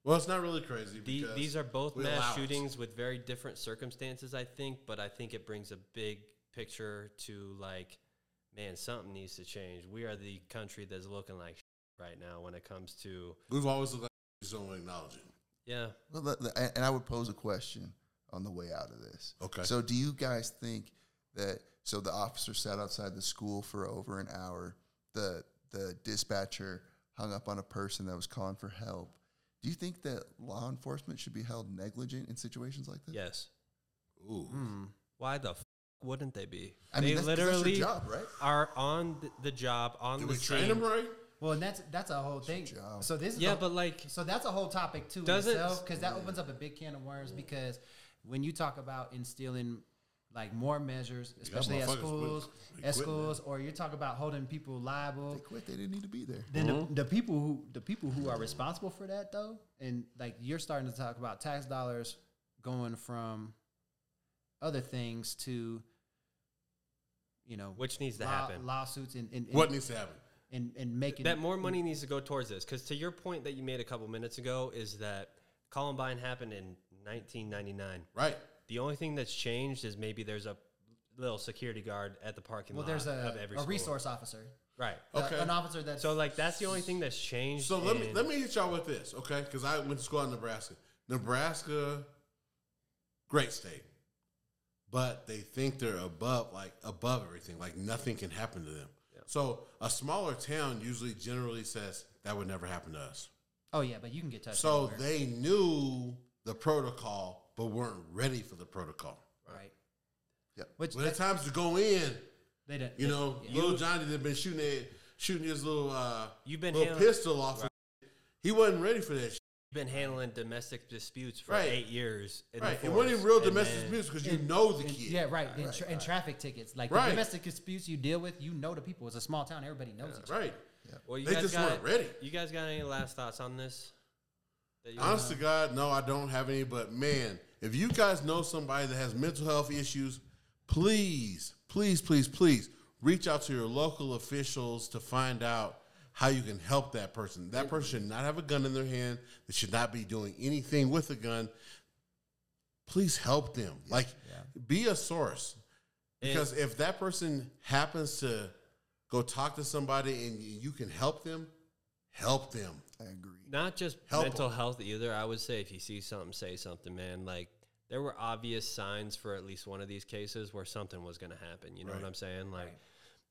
[SPEAKER 4] Well, it's not really crazy.
[SPEAKER 2] Uh, The,
[SPEAKER 4] because
[SPEAKER 2] these are both
[SPEAKER 4] we allow
[SPEAKER 2] mass
[SPEAKER 4] it.
[SPEAKER 2] shootings with very different circumstances, I think, but I think it brings a big picture to like, man, something needs to change. We are the country that's looking like shit right now when it comes to
[SPEAKER 4] We've always looked like we just don't acknowledge it.
[SPEAKER 2] yeah.
[SPEAKER 5] Well, the, the, and- and I would pose a question on the way out of this.
[SPEAKER 4] Okay.
[SPEAKER 5] So, do you guys think that so the officer sat outside the school for over an hour? The the dispatcher hung up on a person that was calling for help. Do you think that law enforcement should be held negligent in situations like this?
[SPEAKER 2] Yes.
[SPEAKER 4] Ooh.
[SPEAKER 2] Mm. Why the f- wouldn't they be?
[SPEAKER 5] I mean,
[SPEAKER 2] they
[SPEAKER 5] that's, 'cause
[SPEAKER 2] literally
[SPEAKER 5] that's your job, right?
[SPEAKER 2] are on th- the job on
[SPEAKER 4] Did
[SPEAKER 2] the
[SPEAKER 4] we train
[SPEAKER 2] scene.
[SPEAKER 4] them right?
[SPEAKER 1] Well, and that's that's a whole thing.
[SPEAKER 5] job.
[SPEAKER 1] So this is
[SPEAKER 2] Yeah,
[SPEAKER 1] a-
[SPEAKER 2] but like
[SPEAKER 1] So that's a whole topic too in
[SPEAKER 2] Doesn't-
[SPEAKER 1] itself because that opens up a big can of worms because when you talk about instilling like more measures, especially at
[SPEAKER 4] motherfuckers
[SPEAKER 1] schools,
[SPEAKER 4] quit- they
[SPEAKER 1] at
[SPEAKER 4] quit, man.
[SPEAKER 1] schools, or you talk about holding people liable,
[SPEAKER 5] They quit. They didn't need to be there.
[SPEAKER 1] then
[SPEAKER 2] Mm-hmm.
[SPEAKER 1] the, the people who the people who are responsible for that though, and like you're starting to talk about tax dollars going from other things to you know
[SPEAKER 2] Which needs to
[SPEAKER 1] law-
[SPEAKER 2] happen.
[SPEAKER 1] lawsuits and and, and,
[SPEAKER 4] What needs to happen?
[SPEAKER 1] and, and making
[SPEAKER 2] that more money needs to go towards this because to your point that you made a couple minutes ago is that Columbine happened in 1999.
[SPEAKER 4] Right.
[SPEAKER 2] The only thing that's changed is maybe there's a little security guard at the parking
[SPEAKER 1] well
[SPEAKER 2] lot
[SPEAKER 1] there's
[SPEAKER 2] of
[SPEAKER 1] a,
[SPEAKER 2] every
[SPEAKER 1] a
[SPEAKER 2] school.
[SPEAKER 1] resource officer
[SPEAKER 2] right?
[SPEAKER 1] The-
[SPEAKER 4] Okay.
[SPEAKER 1] an officer that's
[SPEAKER 2] So like that's the only thing that's changed.
[SPEAKER 4] So let me
[SPEAKER 2] in-
[SPEAKER 4] let me hit y'all with this, okay? Because I went to school in Nebraska. Nebraska, great state, but they think they're above like above everything. Like nothing can happen to them. So a smaller town usually generally says that would never happen to us.
[SPEAKER 1] Oh yeah, but you can get touched.
[SPEAKER 4] So
[SPEAKER 1] anywhere.
[SPEAKER 4] they knew the protocol, but weren't ready for the protocol.
[SPEAKER 1] right,
[SPEAKER 5] Yep.
[SPEAKER 1] Which
[SPEAKER 4] When the
[SPEAKER 1] they,
[SPEAKER 4] times to go in,
[SPEAKER 1] they didn't.
[SPEAKER 4] you
[SPEAKER 1] they-
[SPEAKER 4] know,
[SPEAKER 1] yeah.
[SPEAKER 4] little Johnny that been shooting at, shooting his little uh,
[SPEAKER 2] You've been
[SPEAKER 4] little
[SPEAKER 2] handling-
[SPEAKER 4] pistol off. and He wasn't ready for that
[SPEAKER 2] You've been handling domestic disputes for
[SPEAKER 4] Right.
[SPEAKER 2] eight years. in the
[SPEAKER 4] Right. It
[SPEAKER 2] forest,
[SPEAKER 4] wasn't even real
[SPEAKER 2] and
[SPEAKER 4] domestic
[SPEAKER 2] then-
[SPEAKER 4] abuse because you know the
[SPEAKER 1] And-
[SPEAKER 4] kid.
[SPEAKER 1] yeah, right. and, tra- and traffic tickets, like
[SPEAKER 4] Right.
[SPEAKER 1] the domestic disputes you deal with, you know the people. It's a small town; everybody knows each other.
[SPEAKER 4] Right.
[SPEAKER 2] Well, you
[SPEAKER 4] They
[SPEAKER 2] guys
[SPEAKER 4] just
[SPEAKER 2] got,
[SPEAKER 4] weren't ready.
[SPEAKER 2] You guys got any last thoughts on this? That you
[SPEAKER 4] Honest to God, no, I don't have any. But man, if you guys know somebody that has mental health issues, please, please, please, please reach out to your local officials to find out how you can help that person. That person should not have a gun in their hand. They should not be doing anything with a gun. Please help them. Like, be a source.
[SPEAKER 2] And-
[SPEAKER 4] Because if that person happens to go talk to somebody and y- you can help them, help them.
[SPEAKER 5] I agree.
[SPEAKER 2] not just
[SPEAKER 4] Help
[SPEAKER 2] mental
[SPEAKER 4] 'em.
[SPEAKER 2] health either. I would say if you see something, say something, man. Like there were obvious signs for at least one of these cases where something was going to happen. You know
[SPEAKER 4] Right.
[SPEAKER 2] what I'm saying? Like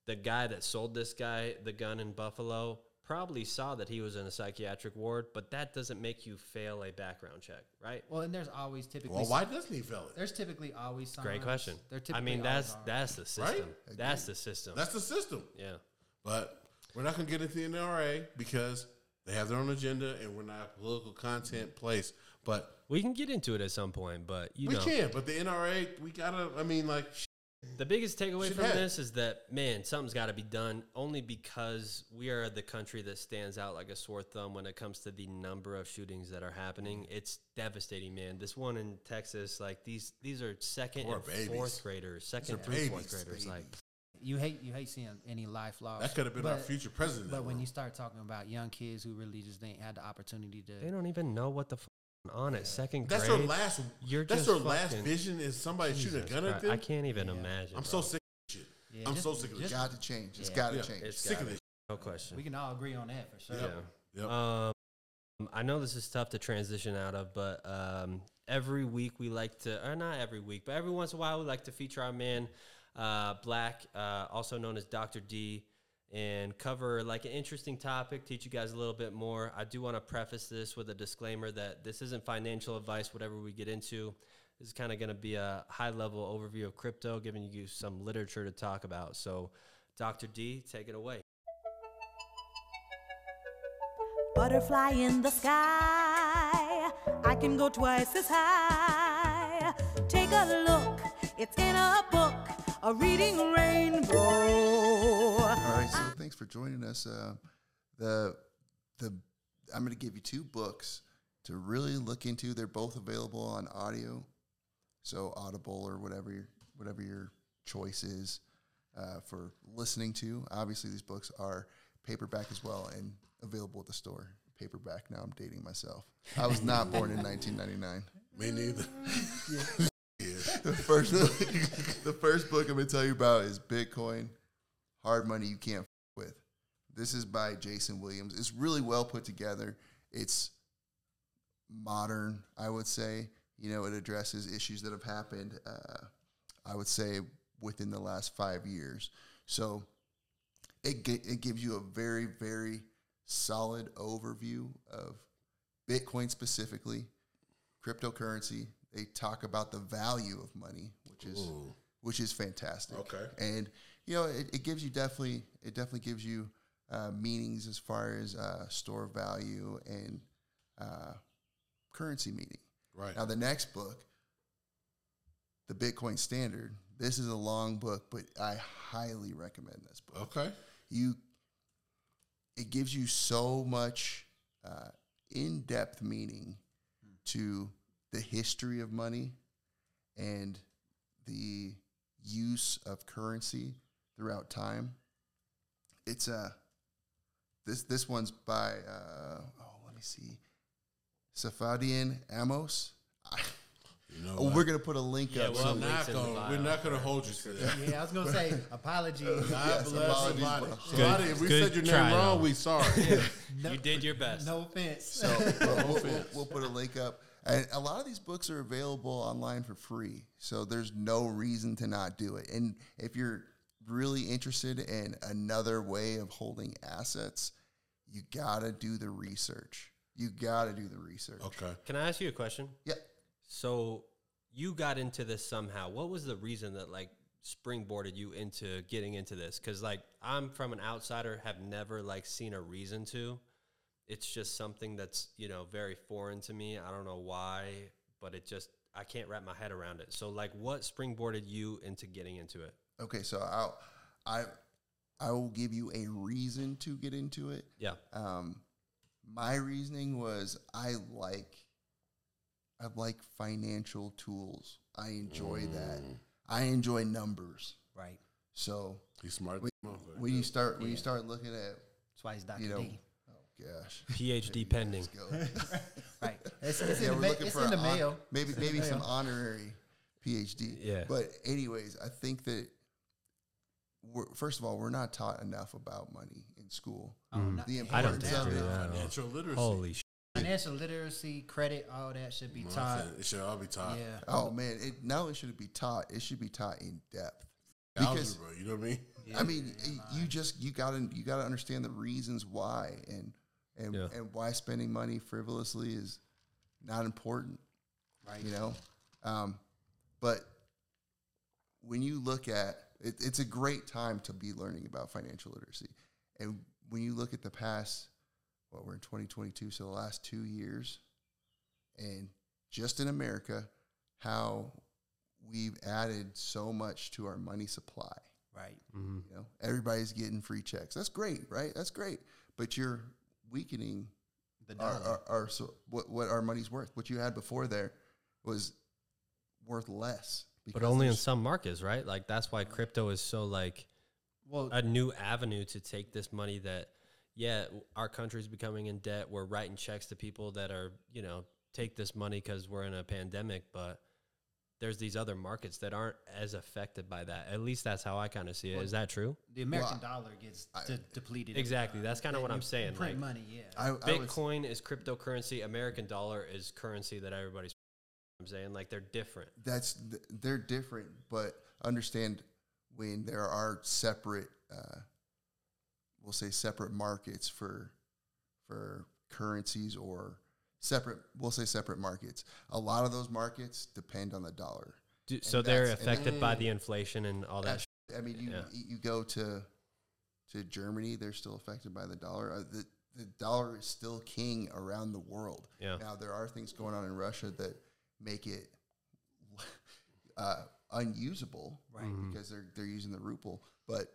[SPEAKER 2] the guy that sold this guy the gun in Buffalo probably saw that he was in a psychiatric ward, but that doesn't make you fail a background check, right?
[SPEAKER 1] Well, and there's always typically
[SPEAKER 4] Well, why doesn't he fail it?
[SPEAKER 1] there's typically always signs.
[SPEAKER 4] Uh,
[SPEAKER 2] Great question.
[SPEAKER 1] There
[SPEAKER 2] I
[SPEAKER 1] typically
[SPEAKER 2] mean, that's
[SPEAKER 1] always are.
[SPEAKER 2] that's the
[SPEAKER 4] Right?
[SPEAKER 2] system. That's the system.
[SPEAKER 4] That's the system.
[SPEAKER 2] yeah.
[SPEAKER 4] But we're not going to get into the NRA because they have their own agenda and we're not a political content place. But
[SPEAKER 2] We can get into it at some point, but you
[SPEAKER 4] we
[SPEAKER 2] know,
[SPEAKER 4] can. But the NRA, we got to, I mean, like, sh-
[SPEAKER 2] The biggest takeaway
[SPEAKER 4] Should
[SPEAKER 2] from
[SPEAKER 4] have.
[SPEAKER 2] this is that man, something's got to be done. Only because we are the country that stands out like a sore thumb when it comes to the number of shootings that are happening.
[SPEAKER 4] Mm-hmm.
[SPEAKER 2] It's devastating, man. This one in Texas, like these, these are second
[SPEAKER 4] Poor
[SPEAKER 2] and
[SPEAKER 4] babies.
[SPEAKER 2] fourth graders, second
[SPEAKER 4] are
[SPEAKER 2] through fourth
[SPEAKER 4] babies,
[SPEAKER 2] graders. Like
[SPEAKER 4] babies.
[SPEAKER 1] You hate you hate seeing any life lost.
[SPEAKER 4] That could have been our
[SPEAKER 1] But-
[SPEAKER 4] future president.
[SPEAKER 1] But when
[SPEAKER 4] bro.
[SPEAKER 1] you start talking about young kids who really just ain't had the opportunity to,
[SPEAKER 2] they don't even know what the f- on it. Second
[SPEAKER 4] that's
[SPEAKER 2] grade.
[SPEAKER 4] their last,
[SPEAKER 2] You're
[SPEAKER 4] that's
[SPEAKER 2] just
[SPEAKER 4] their last
[SPEAKER 2] fucking-
[SPEAKER 4] vision is somebody shooting a
[SPEAKER 2] Jesus
[SPEAKER 4] gun
[SPEAKER 2] Christ,
[SPEAKER 4] at them.
[SPEAKER 2] I can't even
[SPEAKER 1] Yeah.
[SPEAKER 2] imagine.
[SPEAKER 4] I'm so
[SPEAKER 2] bro.
[SPEAKER 4] sick of this shit.
[SPEAKER 1] Yeah,
[SPEAKER 4] I'm
[SPEAKER 1] just-
[SPEAKER 4] so sick of this.
[SPEAKER 1] just-
[SPEAKER 4] shit.
[SPEAKER 5] Got to change. It's
[SPEAKER 1] Yeah.
[SPEAKER 5] got to
[SPEAKER 4] Yeah,
[SPEAKER 5] change.
[SPEAKER 2] It's
[SPEAKER 4] sick
[SPEAKER 2] gotta
[SPEAKER 4] of this.
[SPEAKER 2] no question.
[SPEAKER 1] we can all agree on that for sure.
[SPEAKER 4] Yep.
[SPEAKER 2] Yeah.
[SPEAKER 4] Yep.
[SPEAKER 2] Um, I know this is tough to transition out of, but um, every week we like to, or not every week, but every once in a while we like to feature our man, uh, Black, uh, also known as Dr. D, and cover like an interesting topic, teach you guys a little bit more. I do want to preface this with a disclaimer that this isn't financial advice, whatever we get into. This is kind of going to be a high level overview of crypto, giving you some literature to talk about. So, Dr. D, take it away.
[SPEAKER 6] Butterfly in the sky, I can go twice as high. Take a look, it's in a book, a reading rainbow.
[SPEAKER 5] All right, so thanks for joining us. Uh, the the I'm going to give you two books to really look into. They're both available on audio, so Audible or whatever your whatever your choice is uh, for listening to. Obviously, these books are paperback as well and available at the store. Paperback. Now I'm dating myself. I was not born in 1999.
[SPEAKER 4] Me neither.
[SPEAKER 5] The first book, [LAUGHS] the first book I'm going to tell you about is Bitcoin, Hard Money You Can't F- With. This is by Jason Williams. It's really well put together. It's modern, I would say. You know, it addresses issues that have happened. Uh, I would say within the last five years. So it gi- it gives you a very very solid overview of Bitcoin specifically, cryptocurrency. They talk about the value of money, which is which is fantastic.
[SPEAKER 4] Okay.
[SPEAKER 5] and you know it, it gives you definitely it definitely gives you uh, meanings as far as uh, store value and uh, currency meaning.
[SPEAKER 4] Right.
[SPEAKER 5] Now the next book, the Bitcoin Standard. This is a long book, but I highly recommend this book
[SPEAKER 4] Okay.
[SPEAKER 5] you it gives you so much uh, in-depth meaning to the history of money and the use of currency throughout time it's uh, this this one's by uh, oh let me see Safadian Amos
[SPEAKER 4] You know
[SPEAKER 5] oh,
[SPEAKER 4] what?
[SPEAKER 5] we're gonna put a link
[SPEAKER 2] Yeah,
[SPEAKER 5] up
[SPEAKER 2] we'll
[SPEAKER 5] so-
[SPEAKER 2] have
[SPEAKER 4] We're
[SPEAKER 2] Links
[SPEAKER 4] not
[SPEAKER 2] in the
[SPEAKER 4] gonna,
[SPEAKER 2] bio.
[SPEAKER 4] we're not gonna hold you to that.
[SPEAKER 1] Yeah, I was gonna say apologies.
[SPEAKER 4] [LAUGHS] God
[SPEAKER 5] Yes,
[SPEAKER 4] bless
[SPEAKER 5] apologies,
[SPEAKER 4] somebody.
[SPEAKER 5] bro.
[SPEAKER 4] Somebody, if we
[SPEAKER 2] Good
[SPEAKER 4] said your
[SPEAKER 2] try,
[SPEAKER 4] name wrong,
[SPEAKER 2] though.
[SPEAKER 4] we sorry. [LAUGHS]
[SPEAKER 1] No-
[SPEAKER 2] You did your
[SPEAKER 1] [LAUGHS]
[SPEAKER 2] best.
[SPEAKER 1] No offense.
[SPEAKER 5] So [LAUGHS] we'll, we'll- we'll- we'll put a link up. And a lot of these books are available online for free. So there's no reason to not do it. And if you're really interested in another way of holding assets, you got to do the research. You got to do the research.
[SPEAKER 4] Okay.
[SPEAKER 2] Can I ask you a question?
[SPEAKER 5] Yeah.
[SPEAKER 2] So you got into this somehow. What was the reason that like springboarded you into getting into this? Because like I'm from an outsider, have never like seen a reason to. It's just something that's you know very foreign to me. I don't know why, but it just I can't wrap my head around it. So like, what springboarded you into getting into it?
[SPEAKER 5] Okay. So I'll, I, I will give you a reason to get into it.
[SPEAKER 2] Yeah,
[SPEAKER 5] um, my reasoning was I like I like financial tools. I enjoy that.
[SPEAKER 1] Mm.
[SPEAKER 5] I enjoy numbers.
[SPEAKER 1] right.
[SPEAKER 5] So
[SPEAKER 4] He's smart.
[SPEAKER 5] when, when you start when you start looking at
[SPEAKER 1] That's why he's Dr.
[SPEAKER 5] you know
[SPEAKER 1] D.
[SPEAKER 5] oh
[SPEAKER 1] [LAUGHS]
[SPEAKER 5] gosh
[SPEAKER 2] PhD pending.
[SPEAKER 5] go
[SPEAKER 1] Right. It's, it's
[SPEAKER 5] yeah
[SPEAKER 1] in,
[SPEAKER 5] we're
[SPEAKER 1] the, ma-
[SPEAKER 5] looking
[SPEAKER 1] it's
[SPEAKER 5] for
[SPEAKER 1] in the
[SPEAKER 5] an hon-
[SPEAKER 1] mail.
[SPEAKER 5] maybe
[SPEAKER 1] It's in the
[SPEAKER 5] maybe some
[SPEAKER 1] mail.
[SPEAKER 5] honorary PhD
[SPEAKER 2] Yeah.
[SPEAKER 5] but anyways I think that we're, first of all we're not taught enough about money in school
[SPEAKER 1] Mm.
[SPEAKER 5] the
[SPEAKER 1] I don't
[SPEAKER 5] importance
[SPEAKER 2] disagree
[SPEAKER 5] of it
[SPEAKER 2] with that at all.
[SPEAKER 4] Financial literacy.
[SPEAKER 2] Holy sh!
[SPEAKER 1] Financial literacy, credit, all that should be taught.
[SPEAKER 4] Mm-hmm. It should all be taught.
[SPEAKER 1] Yeah.
[SPEAKER 5] Oh man, it now it should be taught. It should be taught in depth. Because-
[SPEAKER 4] Algebra, you know what I mean?
[SPEAKER 5] I mean, you just you gotta you gotta understand the reasons why and and
[SPEAKER 2] Yeah.
[SPEAKER 5] and why spending money frivolously is not important. Right. You know? Um, but when you look at it, it's a great time to be learning about financial literacy. And when you look at the past, well, we're in 2022, so the last two years, and just in America, how we've added so much to our money supply.
[SPEAKER 1] Right.
[SPEAKER 5] You know, everybody's getting free checks. That's great, right? That's great. But you're weakening
[SPEAKER 1] The
[SPEAKER 5] our,
[SPEAKER 1] dollar.
[SPEAKER 5] our, our so what, what our money's worth. What you had before there was worth less.
[SPEAKER 2] But
[SPEAKER 5] because
[SPEAKER 2] only in
[SPEAKER 5] there's-
[SPEAKER 2] some markets, right? Like that's why crypto is so like
[SPEAKER 1] well,
[SPEAKER 2] a new avenue to take this money that yeah w- our country's becoming in debt we're writing checks to people that are you know take this money because we're in a pandemic but there's these other markets that aren't as affected by that at least that's how i kind of see it. Is
[SPEAKER 1] Well,
[SPEAKER 2] that true
[SPEAKER 1] the American
[SPEAKER 5] I-
[SPEAKER 1] dollar gets
[SPEAKER 5] I-
[SPEAKER 1] de- depleted.
[SPEAKER 2] exactly that's kind of what
[SPEAKER 1] You-
[SPEAKER 2] i'm
[SPEAKER 1] you
[SPEAKER 2] saying
[SPEAKER 1] Print
[SPEAKER 2] like
[SPEAKER 1] money, yeah.
[SPEAKER 5] I, I would-
[SPEAKER 2] bitcoin is cryptocurrency american dollar is currency that everybody's i'm saying like they're different
[SPEAKER 5] that's th- they're different, but understand when there are separate, uh, we'll say separate markets for for currencies or separate, we'll say separate markets. A lot of those markets depend on the dollar.
[SPEAKER 2] Do,
[SPEAKER 5] And
[SPEAKER 2] so they're
[SPEAKER 5] that's- and
[SPEAKER 2] affected by
[SPEAKER 5] Mm.
[SPEAKER 2] the inflation and all that
[SPEAKER 5] Abs- I mean, you
[SPEAKER 2] Yeah.
[SPEAKER 5] you go to to Germany, they're still affected by the dollar. Uh, the the dollar is still king around the world.
[SPEAKER 2] Yeah.
[SPEAKER 5] Now there are things going on in Russia that make it [LAUGHS] uh, unusable,
[SPEAKER 1] Right.
[SPEAKER 2] Mm-hmm.
[SPEAKER 5] Because they're they're using the ruble, but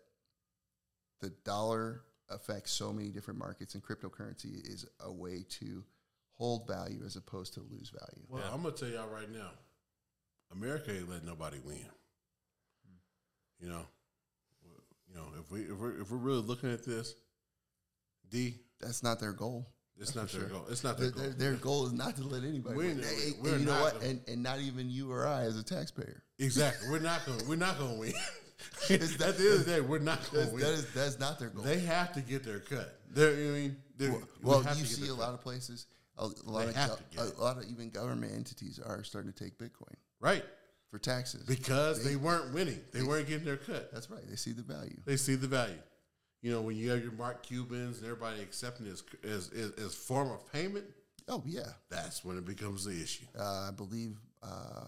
[SPEAKER 5] the dollar affects so many different markets, and cryptocurrency is a way to hold value as opposed to lose value.
[SPEAKER 4] Well, I'm gonna tell y'all right now, America ain't letting nobody win. You know, you know if we if we're, if we're really looking at this, D,
[SPEAKER 5] That's not their goal.
[SPEAKER 4] it's not
[SPEAKER 5] That's for
[SPEAKER 4] their
[SPEAKER 5] sure.
[SPEAKER 4] goal. It's not
[SPEAKER 5] their,
[SPEAKER 4] their,
[SPEAKER 5] their,
[SPEAKER 4] goal.
[SPEAKER 5] their goal is not to let anybody.
[SPEAKER 4] We're
[SPEAKER 5] win.
[SPEAKER 4] not-
[SPEAKER 5] And- and
[SPEAKER 4] we're
[SPEAKER 5] you know
[SPEAKER 4] not
[SPEAKER 5] what?
[SPEAKER 4] gonna-
[SPEAKER 5] And, and not even you or I as a taxpayer.
[SPEAKER 4] Exactly. We're not gonna we're not gonna win. [LAUGHS]
[SPEAKER 5] It's
[SPEAKER 4] At the end of the day, we're not gonna
[SPEAKER 5] That's,
[SPEAKER 4] win.
[SPEAKER 5] that is that's not their goal.
[SPEAKER 4] they have to get their cut. They're, I mean, they're,
[SPEAKER 5] well,
[SPEAKER 4] we
[SPEAKER 5] well,
[SPEAKER 4] have
[SPEAKER 5] you
[SPEAKER 4] to get
[SPEAKER 5] see
[SPEAKER 4] their
[SPEAKER 5] a
[SPEAKER 4] cut.
[SPEAKER 5] lot of places, a, a lot
[SPEAKER 4] They
[SPEAKER 5] of
[SPEAKER 4] have
[SPEAKER 5] gov-
[SPEAKER 4] to get it.
[SPEAKER 5] a lot of even government entities are starting to take Bitcoin
[SPEAKER 4] right
[SPEAKER 5] for taxes.
[SPEAKER 4] because they weren't winning. They weren't getting their cut.
[SPEAKER 5] that's right. They see the value.
[SPEAKER 4] They see the value. You know, when you have your Mark Cubans and everybody accepting this as as, as form of payment,
[SPEAKER 5] Oh yeah,
[SPEAKER 4] that's when it becomes the issue.
[SPEAKER 5] uh, I believe uh,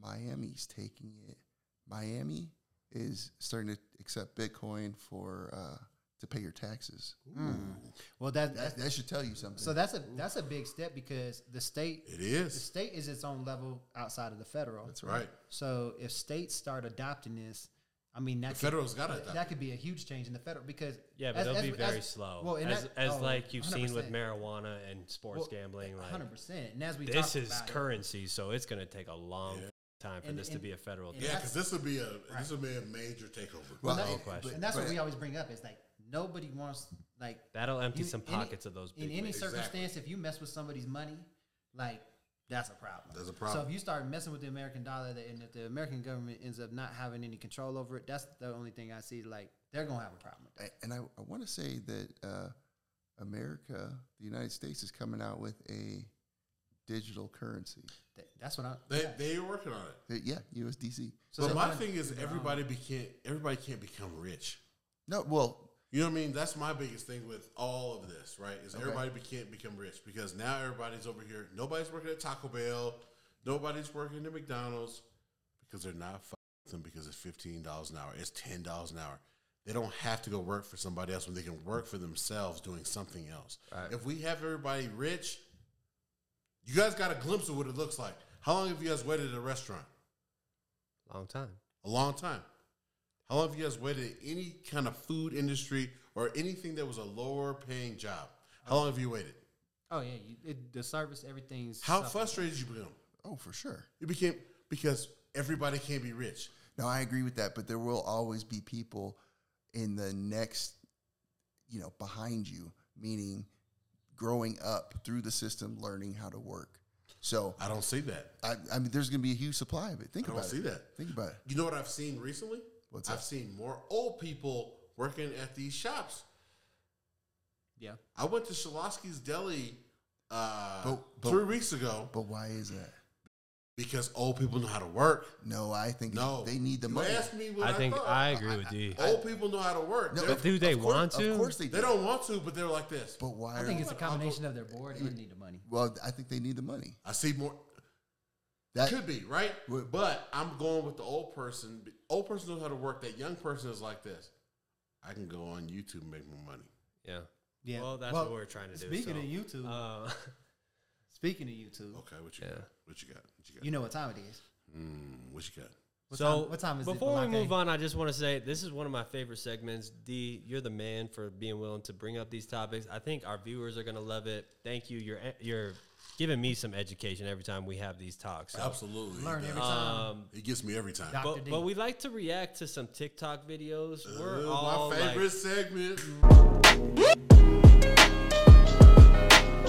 [SPEAKER 5] Miami's taking it. Miami is starting to accept Bitcoin for uh, to pay your taxes.
[SPEAKER 1] Well, that,
[SPEAKER 5] That,
[SPEAKER 1] that's
[SPEAKER 5] that should tell you something.
[SPEAKER 1] so that's a that's a big step because the state
[SPEAKER 4] It
[SPEAKER 1] the
[SPEAKER 4] is
[SPEAKER 1] state is its own level outside of the federal.
[SPEAKER 5] that's
[SPEAKER 4] right.
[SPEAKER 1] So if states start adopting this, I mean that
[SPEAKER 4] The federal's got to
[SPEAKER 1] could,
[SPEAKER 4] adopt.
[SPEAKER 1] that could be a huge change in the federal because
[SPEAKER 2] Yeah, but
[SPEAKER 1] as-
[SPEAKER 2] they'll
[SPEAKER 1] as-
[SPEAKER 2] be
[SPEAKER 1] as-
[SPEAKER 2] very slow.
[SPEAKER 1] Well, and
[SPEAKER 2] as
[SPEAKER 1] that-
[SPEAKER 2] as
[SPEAKER 1] oh,
[SPEAKER 2] like you've seen with
[SPEAKER 1] 100%.
[SPEAKER 2] marijuana and sports
[SPEAKER 1] Well,
[SPEAKER 2] gambling, like
[SPEAKER 1] 100%. And as we
[SPEAKER 2] this
[SPEAKER 1] talked
[SPEAKER 2] is
[SPEAKER 1] about it-
[SPEAKER 2] currency, so it's going to take a long
[SPEAKER 4] Yeah.
[SPEAKER 2] time for
[SPEAKER 1] And-
[SPEAKER 2] this to
[SPEAKER 1] and-
[SPEAKER 2] be a federal.
[SPEAKER 1] and
[SPEAKER 2] thing.
[SPEAKER 4] yeah, because this would be a this would be a major takeover.
[SPEAKER 5] Well,
[SPEAKER 1] Well,
[SPEAKER 5] I-
[SPEAKER 1] that-
[SPEAKER 2] question.
[SPEAKER 1] And that's what
[SPEAKER 5] but-
[SPEAKER 1] we always bring up. It's like nobody wants like
[SPEAKER 2] That'll empty
[SPEAKER 1] in
[SPEAKER 2] some
[SPEAKER 1] any-
[SPEAKER 2] pockets of those. Big
[SPEAKER 1] in any
[SPEAKER 2] wigs.
[SPEAKER 1] circumstance. If you mess with somebody's money, like that's a problem.
[SPEAKER 4] That's a problem.
[SPEAKER 1] So if you start messing with the American dollar, that, and if the American government ends up not having any control over it, that's the only thing I see. Like they're gonna have a problem. With that.
[SPEAKER 5] A- and I, I want to say that uh, America, the United States, is coming out with a digital currency.
[SPEAKER 1] That- That's what I.
[SPEAKER 4] They
[SPEAKER 1] yeah.
[SPEAKER 4] they are working on it.
[SPEAKER 5] Uh, Yeah, USDC.
[SPEAKER 1] So
[SPEAKER 4] but
[SPEAKER 1] they're
[SPEAKER 4] my
[SPEAKER 1] gonna-
[SPEAKER 4] thing is everybody be can't everybody can't become rich.
[SPEAKER 5] No, well,
[SPEAKER 4] You know what I mean? That's my biggest thing with all of this, right? Is everybody be, can't become rich because now everybody's over here. Nobody's working at Taco Bell. Nobody's working at McDonald's because they're not fucking with them because it's fifteen dollars an hour. It's ten dollars an hour. They don't have to go work for somebody else when they can work for themselves doing something else. If we have everybody rich, you guys got a glimpse of what it looks like. How long have you guys waited at a restaurant?
[SPEAKER 2] long time.
[SPEAKER 4] a long time. How long have you guys waited in any kind of food industry or anything that was a lower paying job? How long have you waited?
[SPEAKER 1] Oh yeah, you, it, the service, everything's.
[SPEAKER 4] How
[SPEAKER 1] suffering.
[SPEAKER 4] frustrated you become?
[SPEAKER 5] oh, for sure.
[SPEAKER 4] You became because everybody can't be rich.
[SPEAKER 5] No, I agree with that, but there will always be people in the next, you know, behind you, meaning growing up through the system, learning how to work. So,
[SPEAKER 4] I don't see that.
[SPEAKER 5] I, I mean, there's going to be a huge supply of it. Think
[SPEAKER 4] I don't
[SPEAKER 5] about it.
[SPEAKER 4] see that.
[SPEAKER 5] Think about it.
[SPEAKER 4] You know what I've seen recently?
[SPEAKER 5] What's
[SPEAKER 4] I've
[SPEAKER 5] that?
[SPEAKER 4] seen more old people working at these shops.
[SPEAKER 1] Yeah.
[SPEAKER 4] I went to Shalosky's Deli uh,
[SPEAKER 5] But- but-
[SPEAKER 4] three weeks ago
[SPEAKER 5] But why is that?
[SPEAKER 4] because old people know how to work.
[SPEAKER 5] No, I think
[SPEAKER 4] No,
[SPEAKER 5] they need the
[SPEAKER 4] You
[SPEAKER 5] money.
[SPEAKER 4] Ask me what
[SPEAKER 2] I
[SPEAKER 4] I,
[SPEAKER 2] think
[SPEAKER 4] thought.
[SPEAKER 2] I agree with D.
[SPEAKER 4] old people know how to work.
[SPEAKER 5] No,
[SPEAKER 4] They're-
[SPEAKER 2] But do they
[SPEAKER 5] Of course-
[SPEAKER 2] want to?
[SPEAKER 5] Of course they do.
[SPEAKER 4] They don't want to, but they're like this.
[SPEAKER 5] But why?
[SPEAKER 1] I
[SPEAKER 5] are-
[SPEAKER 1] think it's a combination of their board and need the money.
[SPEAKER 5] Well, I think they need the money.
[SPEAKER 4] I see more.
[SPEAKER 5] That
[SPEAKER 4] Could be right,
[SPEAKER 5] Well-
[SPEAKER 4] but I'm going with the old person. Old person knows how to work. That young person is like this. I can go on YouTube and make more money.
[SPEAKER 2] Yeah.
[SPEAKER 1] Yeah.
[SPEAKER 2] Well, that's what we're trying to
[SPEAKER 1] Speaking
[SPEAKER 2] do.
[SPEAKER 1] of YouTube,
[SPEAKER 2] of YouTube, uh,
[SPEAKER 1] speaking of YouTube,
[SPEAKER 4] Okay, what you
[SPEAKER 2] Yeah.
[SPEAKER 4] got? What you got? What you got?
[SPEAKER 1] you know what time it is.
[SPEAKER 4] Mm, What you got?
[SPEAKER 2] so
[SPEAKER 1] time- [LAUGHS] what time is it,
[SPEAKER 2] before we
[SPEAKER 1] Balake?
[SPEAKER 2] move on, I just want to say this is one of my favorite segments. D, you're the man for being willing to bring up these topics. I think our viewers are going to love it. Thank you. You're eh, you're giving me some education every time we have these talks. So-
[SPEAKER 4] Absolutely.
[SPEAKER 1] Learn every
[SPEAKER 4] Uh,
[SPEAKER 1] time.
[SPEAKER 4] it gets me every time.
[SPEAKER 1] Doc- Dr.
[SPEAKER 2] But,
[SPEAKER 1] D.
[SPEAKER 2] but we like to react to some TikTok videos. We're
[SPEAKER 4] Uh,
[SPEAKER 2] all
[SPEAKER 4] my
[SPEAKER 2] like-
[SPEAKER 4] favorite segment.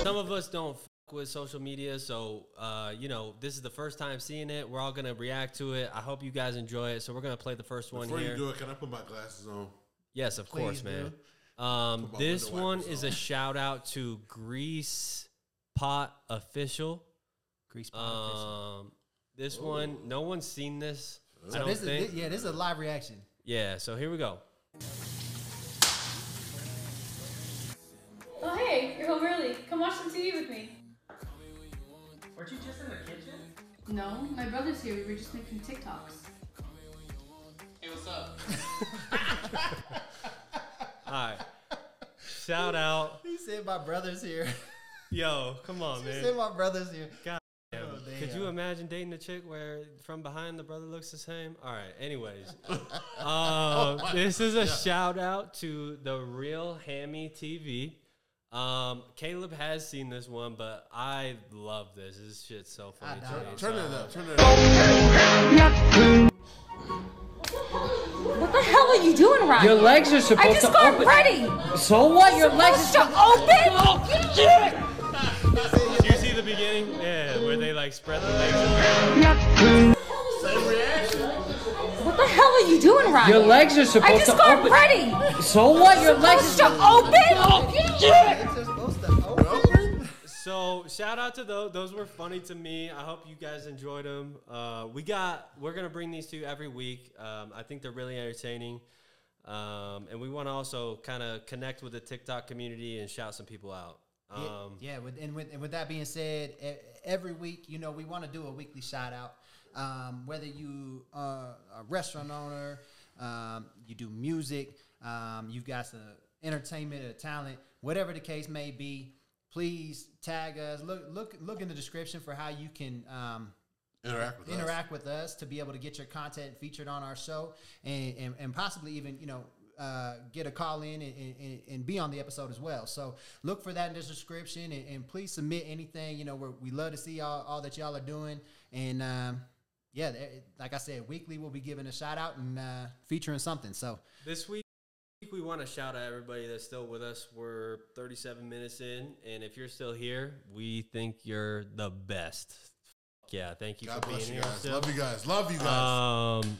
[SPEAKER 2] some of us don't fuck with social media, so uh, you know this is the first time seeing it. We're all gonna react to it. I hope you guys enjoy it. So we're gonna play the first one
[SPEAKER 4] Before
[SPEAKER 2] here.
[SPEAKER 4] you do it, can I put my glasses on?
[SPEAKER 2] Yes, of course,
[SPEAKER 1] Please
[SPEAKER 2] man. Um,
[SPEAKER 4] Put my
[SPEAKER 2] this
[SPEAKER 4] window
[SPEAKER 2] one
[SPEAKER 4] wipers
[SPEAKER 2] is
[SPEAKER 4] on.
[SPEAKER 2] a shout out to Grease Pot Official.
[SPEAKER 1] Grease pot official.
[SPEAKER 2] Um, this
[SPEAKER 4] Oh.
[SPEAKER 2] one, no one's seen this. I
[SPEAKER 1] So
[SPEAKER 2] don't
[SPEAKER 1] this is
[SPEAKER 2] think.
[SPEAKER 1] thi- yeah, this is a live reaction.
[SPEAKER 2] yeah, so here we go.
[SPEAKER 7] Oh hey, you're home early. Come watch some TV with me.
[SPEAKER 8] Weren't you just in the kitchen?
[SPEAKER 7] No, my brother's here. We were just making TikToks.
[SPEAKER 8] Hey, what's up?
[SPEAKER 2] All right.
[SPEAKER 4] [LAUGHS]
[SPEAKER 2] Shout out.
[SPEAKER 1] He said my brother's here. [LAUGHS]
[SPEAKER 2] Yo, come on,
[SPEAKER 1] he
[SPEAKER 2] man.
[SPEAKER 1] said my brother's
[SPEAKER 2] [LAUGHS]
[SPEAKER 1] here.
[SPEAKER 2] Yeah,
[SPEAKER 1] Oh,
[SPEAKER 2] Could you
[SPEAKER 1] damn.
[SPEAKER 2] imagine dating a chick where from behind the brother looks the same? All right.
[SPEAKER 1] [LAUGHS]
[SPEAKER 2] Anyways, uh,
[SPEAKER 1] Oh
[SPEAKER 2] this is a shout out to the real Hammy TV. Um, Caleb has seen this one, but I love this. This shit's so funny.
[SPEAKER 1] I
[SPEAKER 2] to
[SPEAKER 1] know.
[SPEAKER 2] me.
[SPEAKER 4] Turn
[SPEAKER 2] So-
[SPEAKER 4] it up. Turn it up.
[SPEAKER 9] What the hell are you doing, Ryan? Your legs are supposed to I just got ready. So what? Your legs are supposed Oh, to open.
[SPEAKER 2] Did you see the beginning? Yeah, where they like spread their legs. around.
[SPEAKER 9] What the hell are you doing, Ryan? Your legs are supposed to open. I just got ready. So what? Your legs are supposed to Oh, open.
[SPEAKER 1] It's just supposed to
[SPEAKER 2] Oh,
[SPEAKER 1] open.
[SPEAKER 2] So shout out to those. Those were funny to me. I hope you guys enjoyed them. Uh, we got. We're gonna bring these to you every week. Um, I think they're really entertaining, um, and we want to also kind of connect with the TikTok community and shout some people out.
[SPEAKER 1] Yeah,
[SPEAKER 2] Um,
[SPEAKER 1] yeah, with, and with and with that being said, e- every week, you know, we want to do a weekly shout out. Um, whether you are a restaurant owner, um, you do music, um, you've got some entertainment or talent, whatever the case may be, please tag us. Look look look in the description for how you can um,
[SPEAKER 4] Interact with us.
[SPEAKER 1] interact with us to be able to get your content featured on our show and, and, and possibly even you know uh, get a call in and, and, and be on the episode as well so look for that in the description and, and please submit anything you know we're, we love to see all, all that y'all are doing and um, yeah there- like i said weekly we'll be giving a shout out and uh, featuring something so
[SPEAKER 2] This week, we want to shout out everybody that's still with us. We're 37 minutes in, and if you're still here, we think you're the best. Fuck Yeah, thank you
[SPEAKER 4] God
[SPEAKER 2] for being
[SPEAKER 4] bless you
[SPEAKER 2] here.
[SPEAKER 4] guys.
[SPEAKER 2] still.
[SPEAKER 4] Love you guys. Love you guys.
[SPEAKER 2] Um,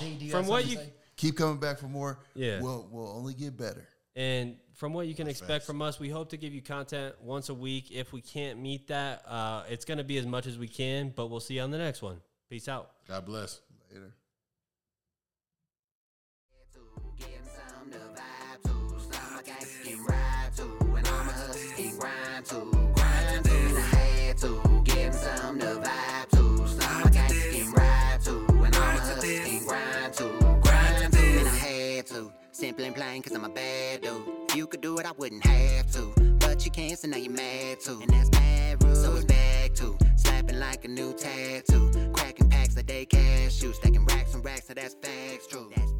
[SPEAKER 1] Dee, do you
[SPEAKER 2] From
[SPEAKER 1] have
[SPEAKER 2] what
[SPEAKER 1] something to
[SPEAKER 2] you-
[SPEAKER 1] say?
[SPEAKER 5] Keep coming back for more.
[SPEAKER 2] Yeah.
[SPEAKER 5] We'll, we'll only get better.
[SPEAKER 2] And from what you can expect
[SPEAKER 4] facts.
[SPEAKER 2] from us, we hope to give you content once a week. If we can't meet that, uh, it's going to be as much as we can, but we'll see you on the next one. Peace out.
[SPEAKER 4] God bless.
[SPEAKER 5] Later.
[SPEAKER 10] Simple and plain, cause I'm a bad dude. If you could do it, I wouldn't have to. But you can't, so now you're mad too. And that's bad rude. So it's back to slapping like a new tattoo. Cracking packs like they cash you. Stacking racks and racks, so that's facts true. That's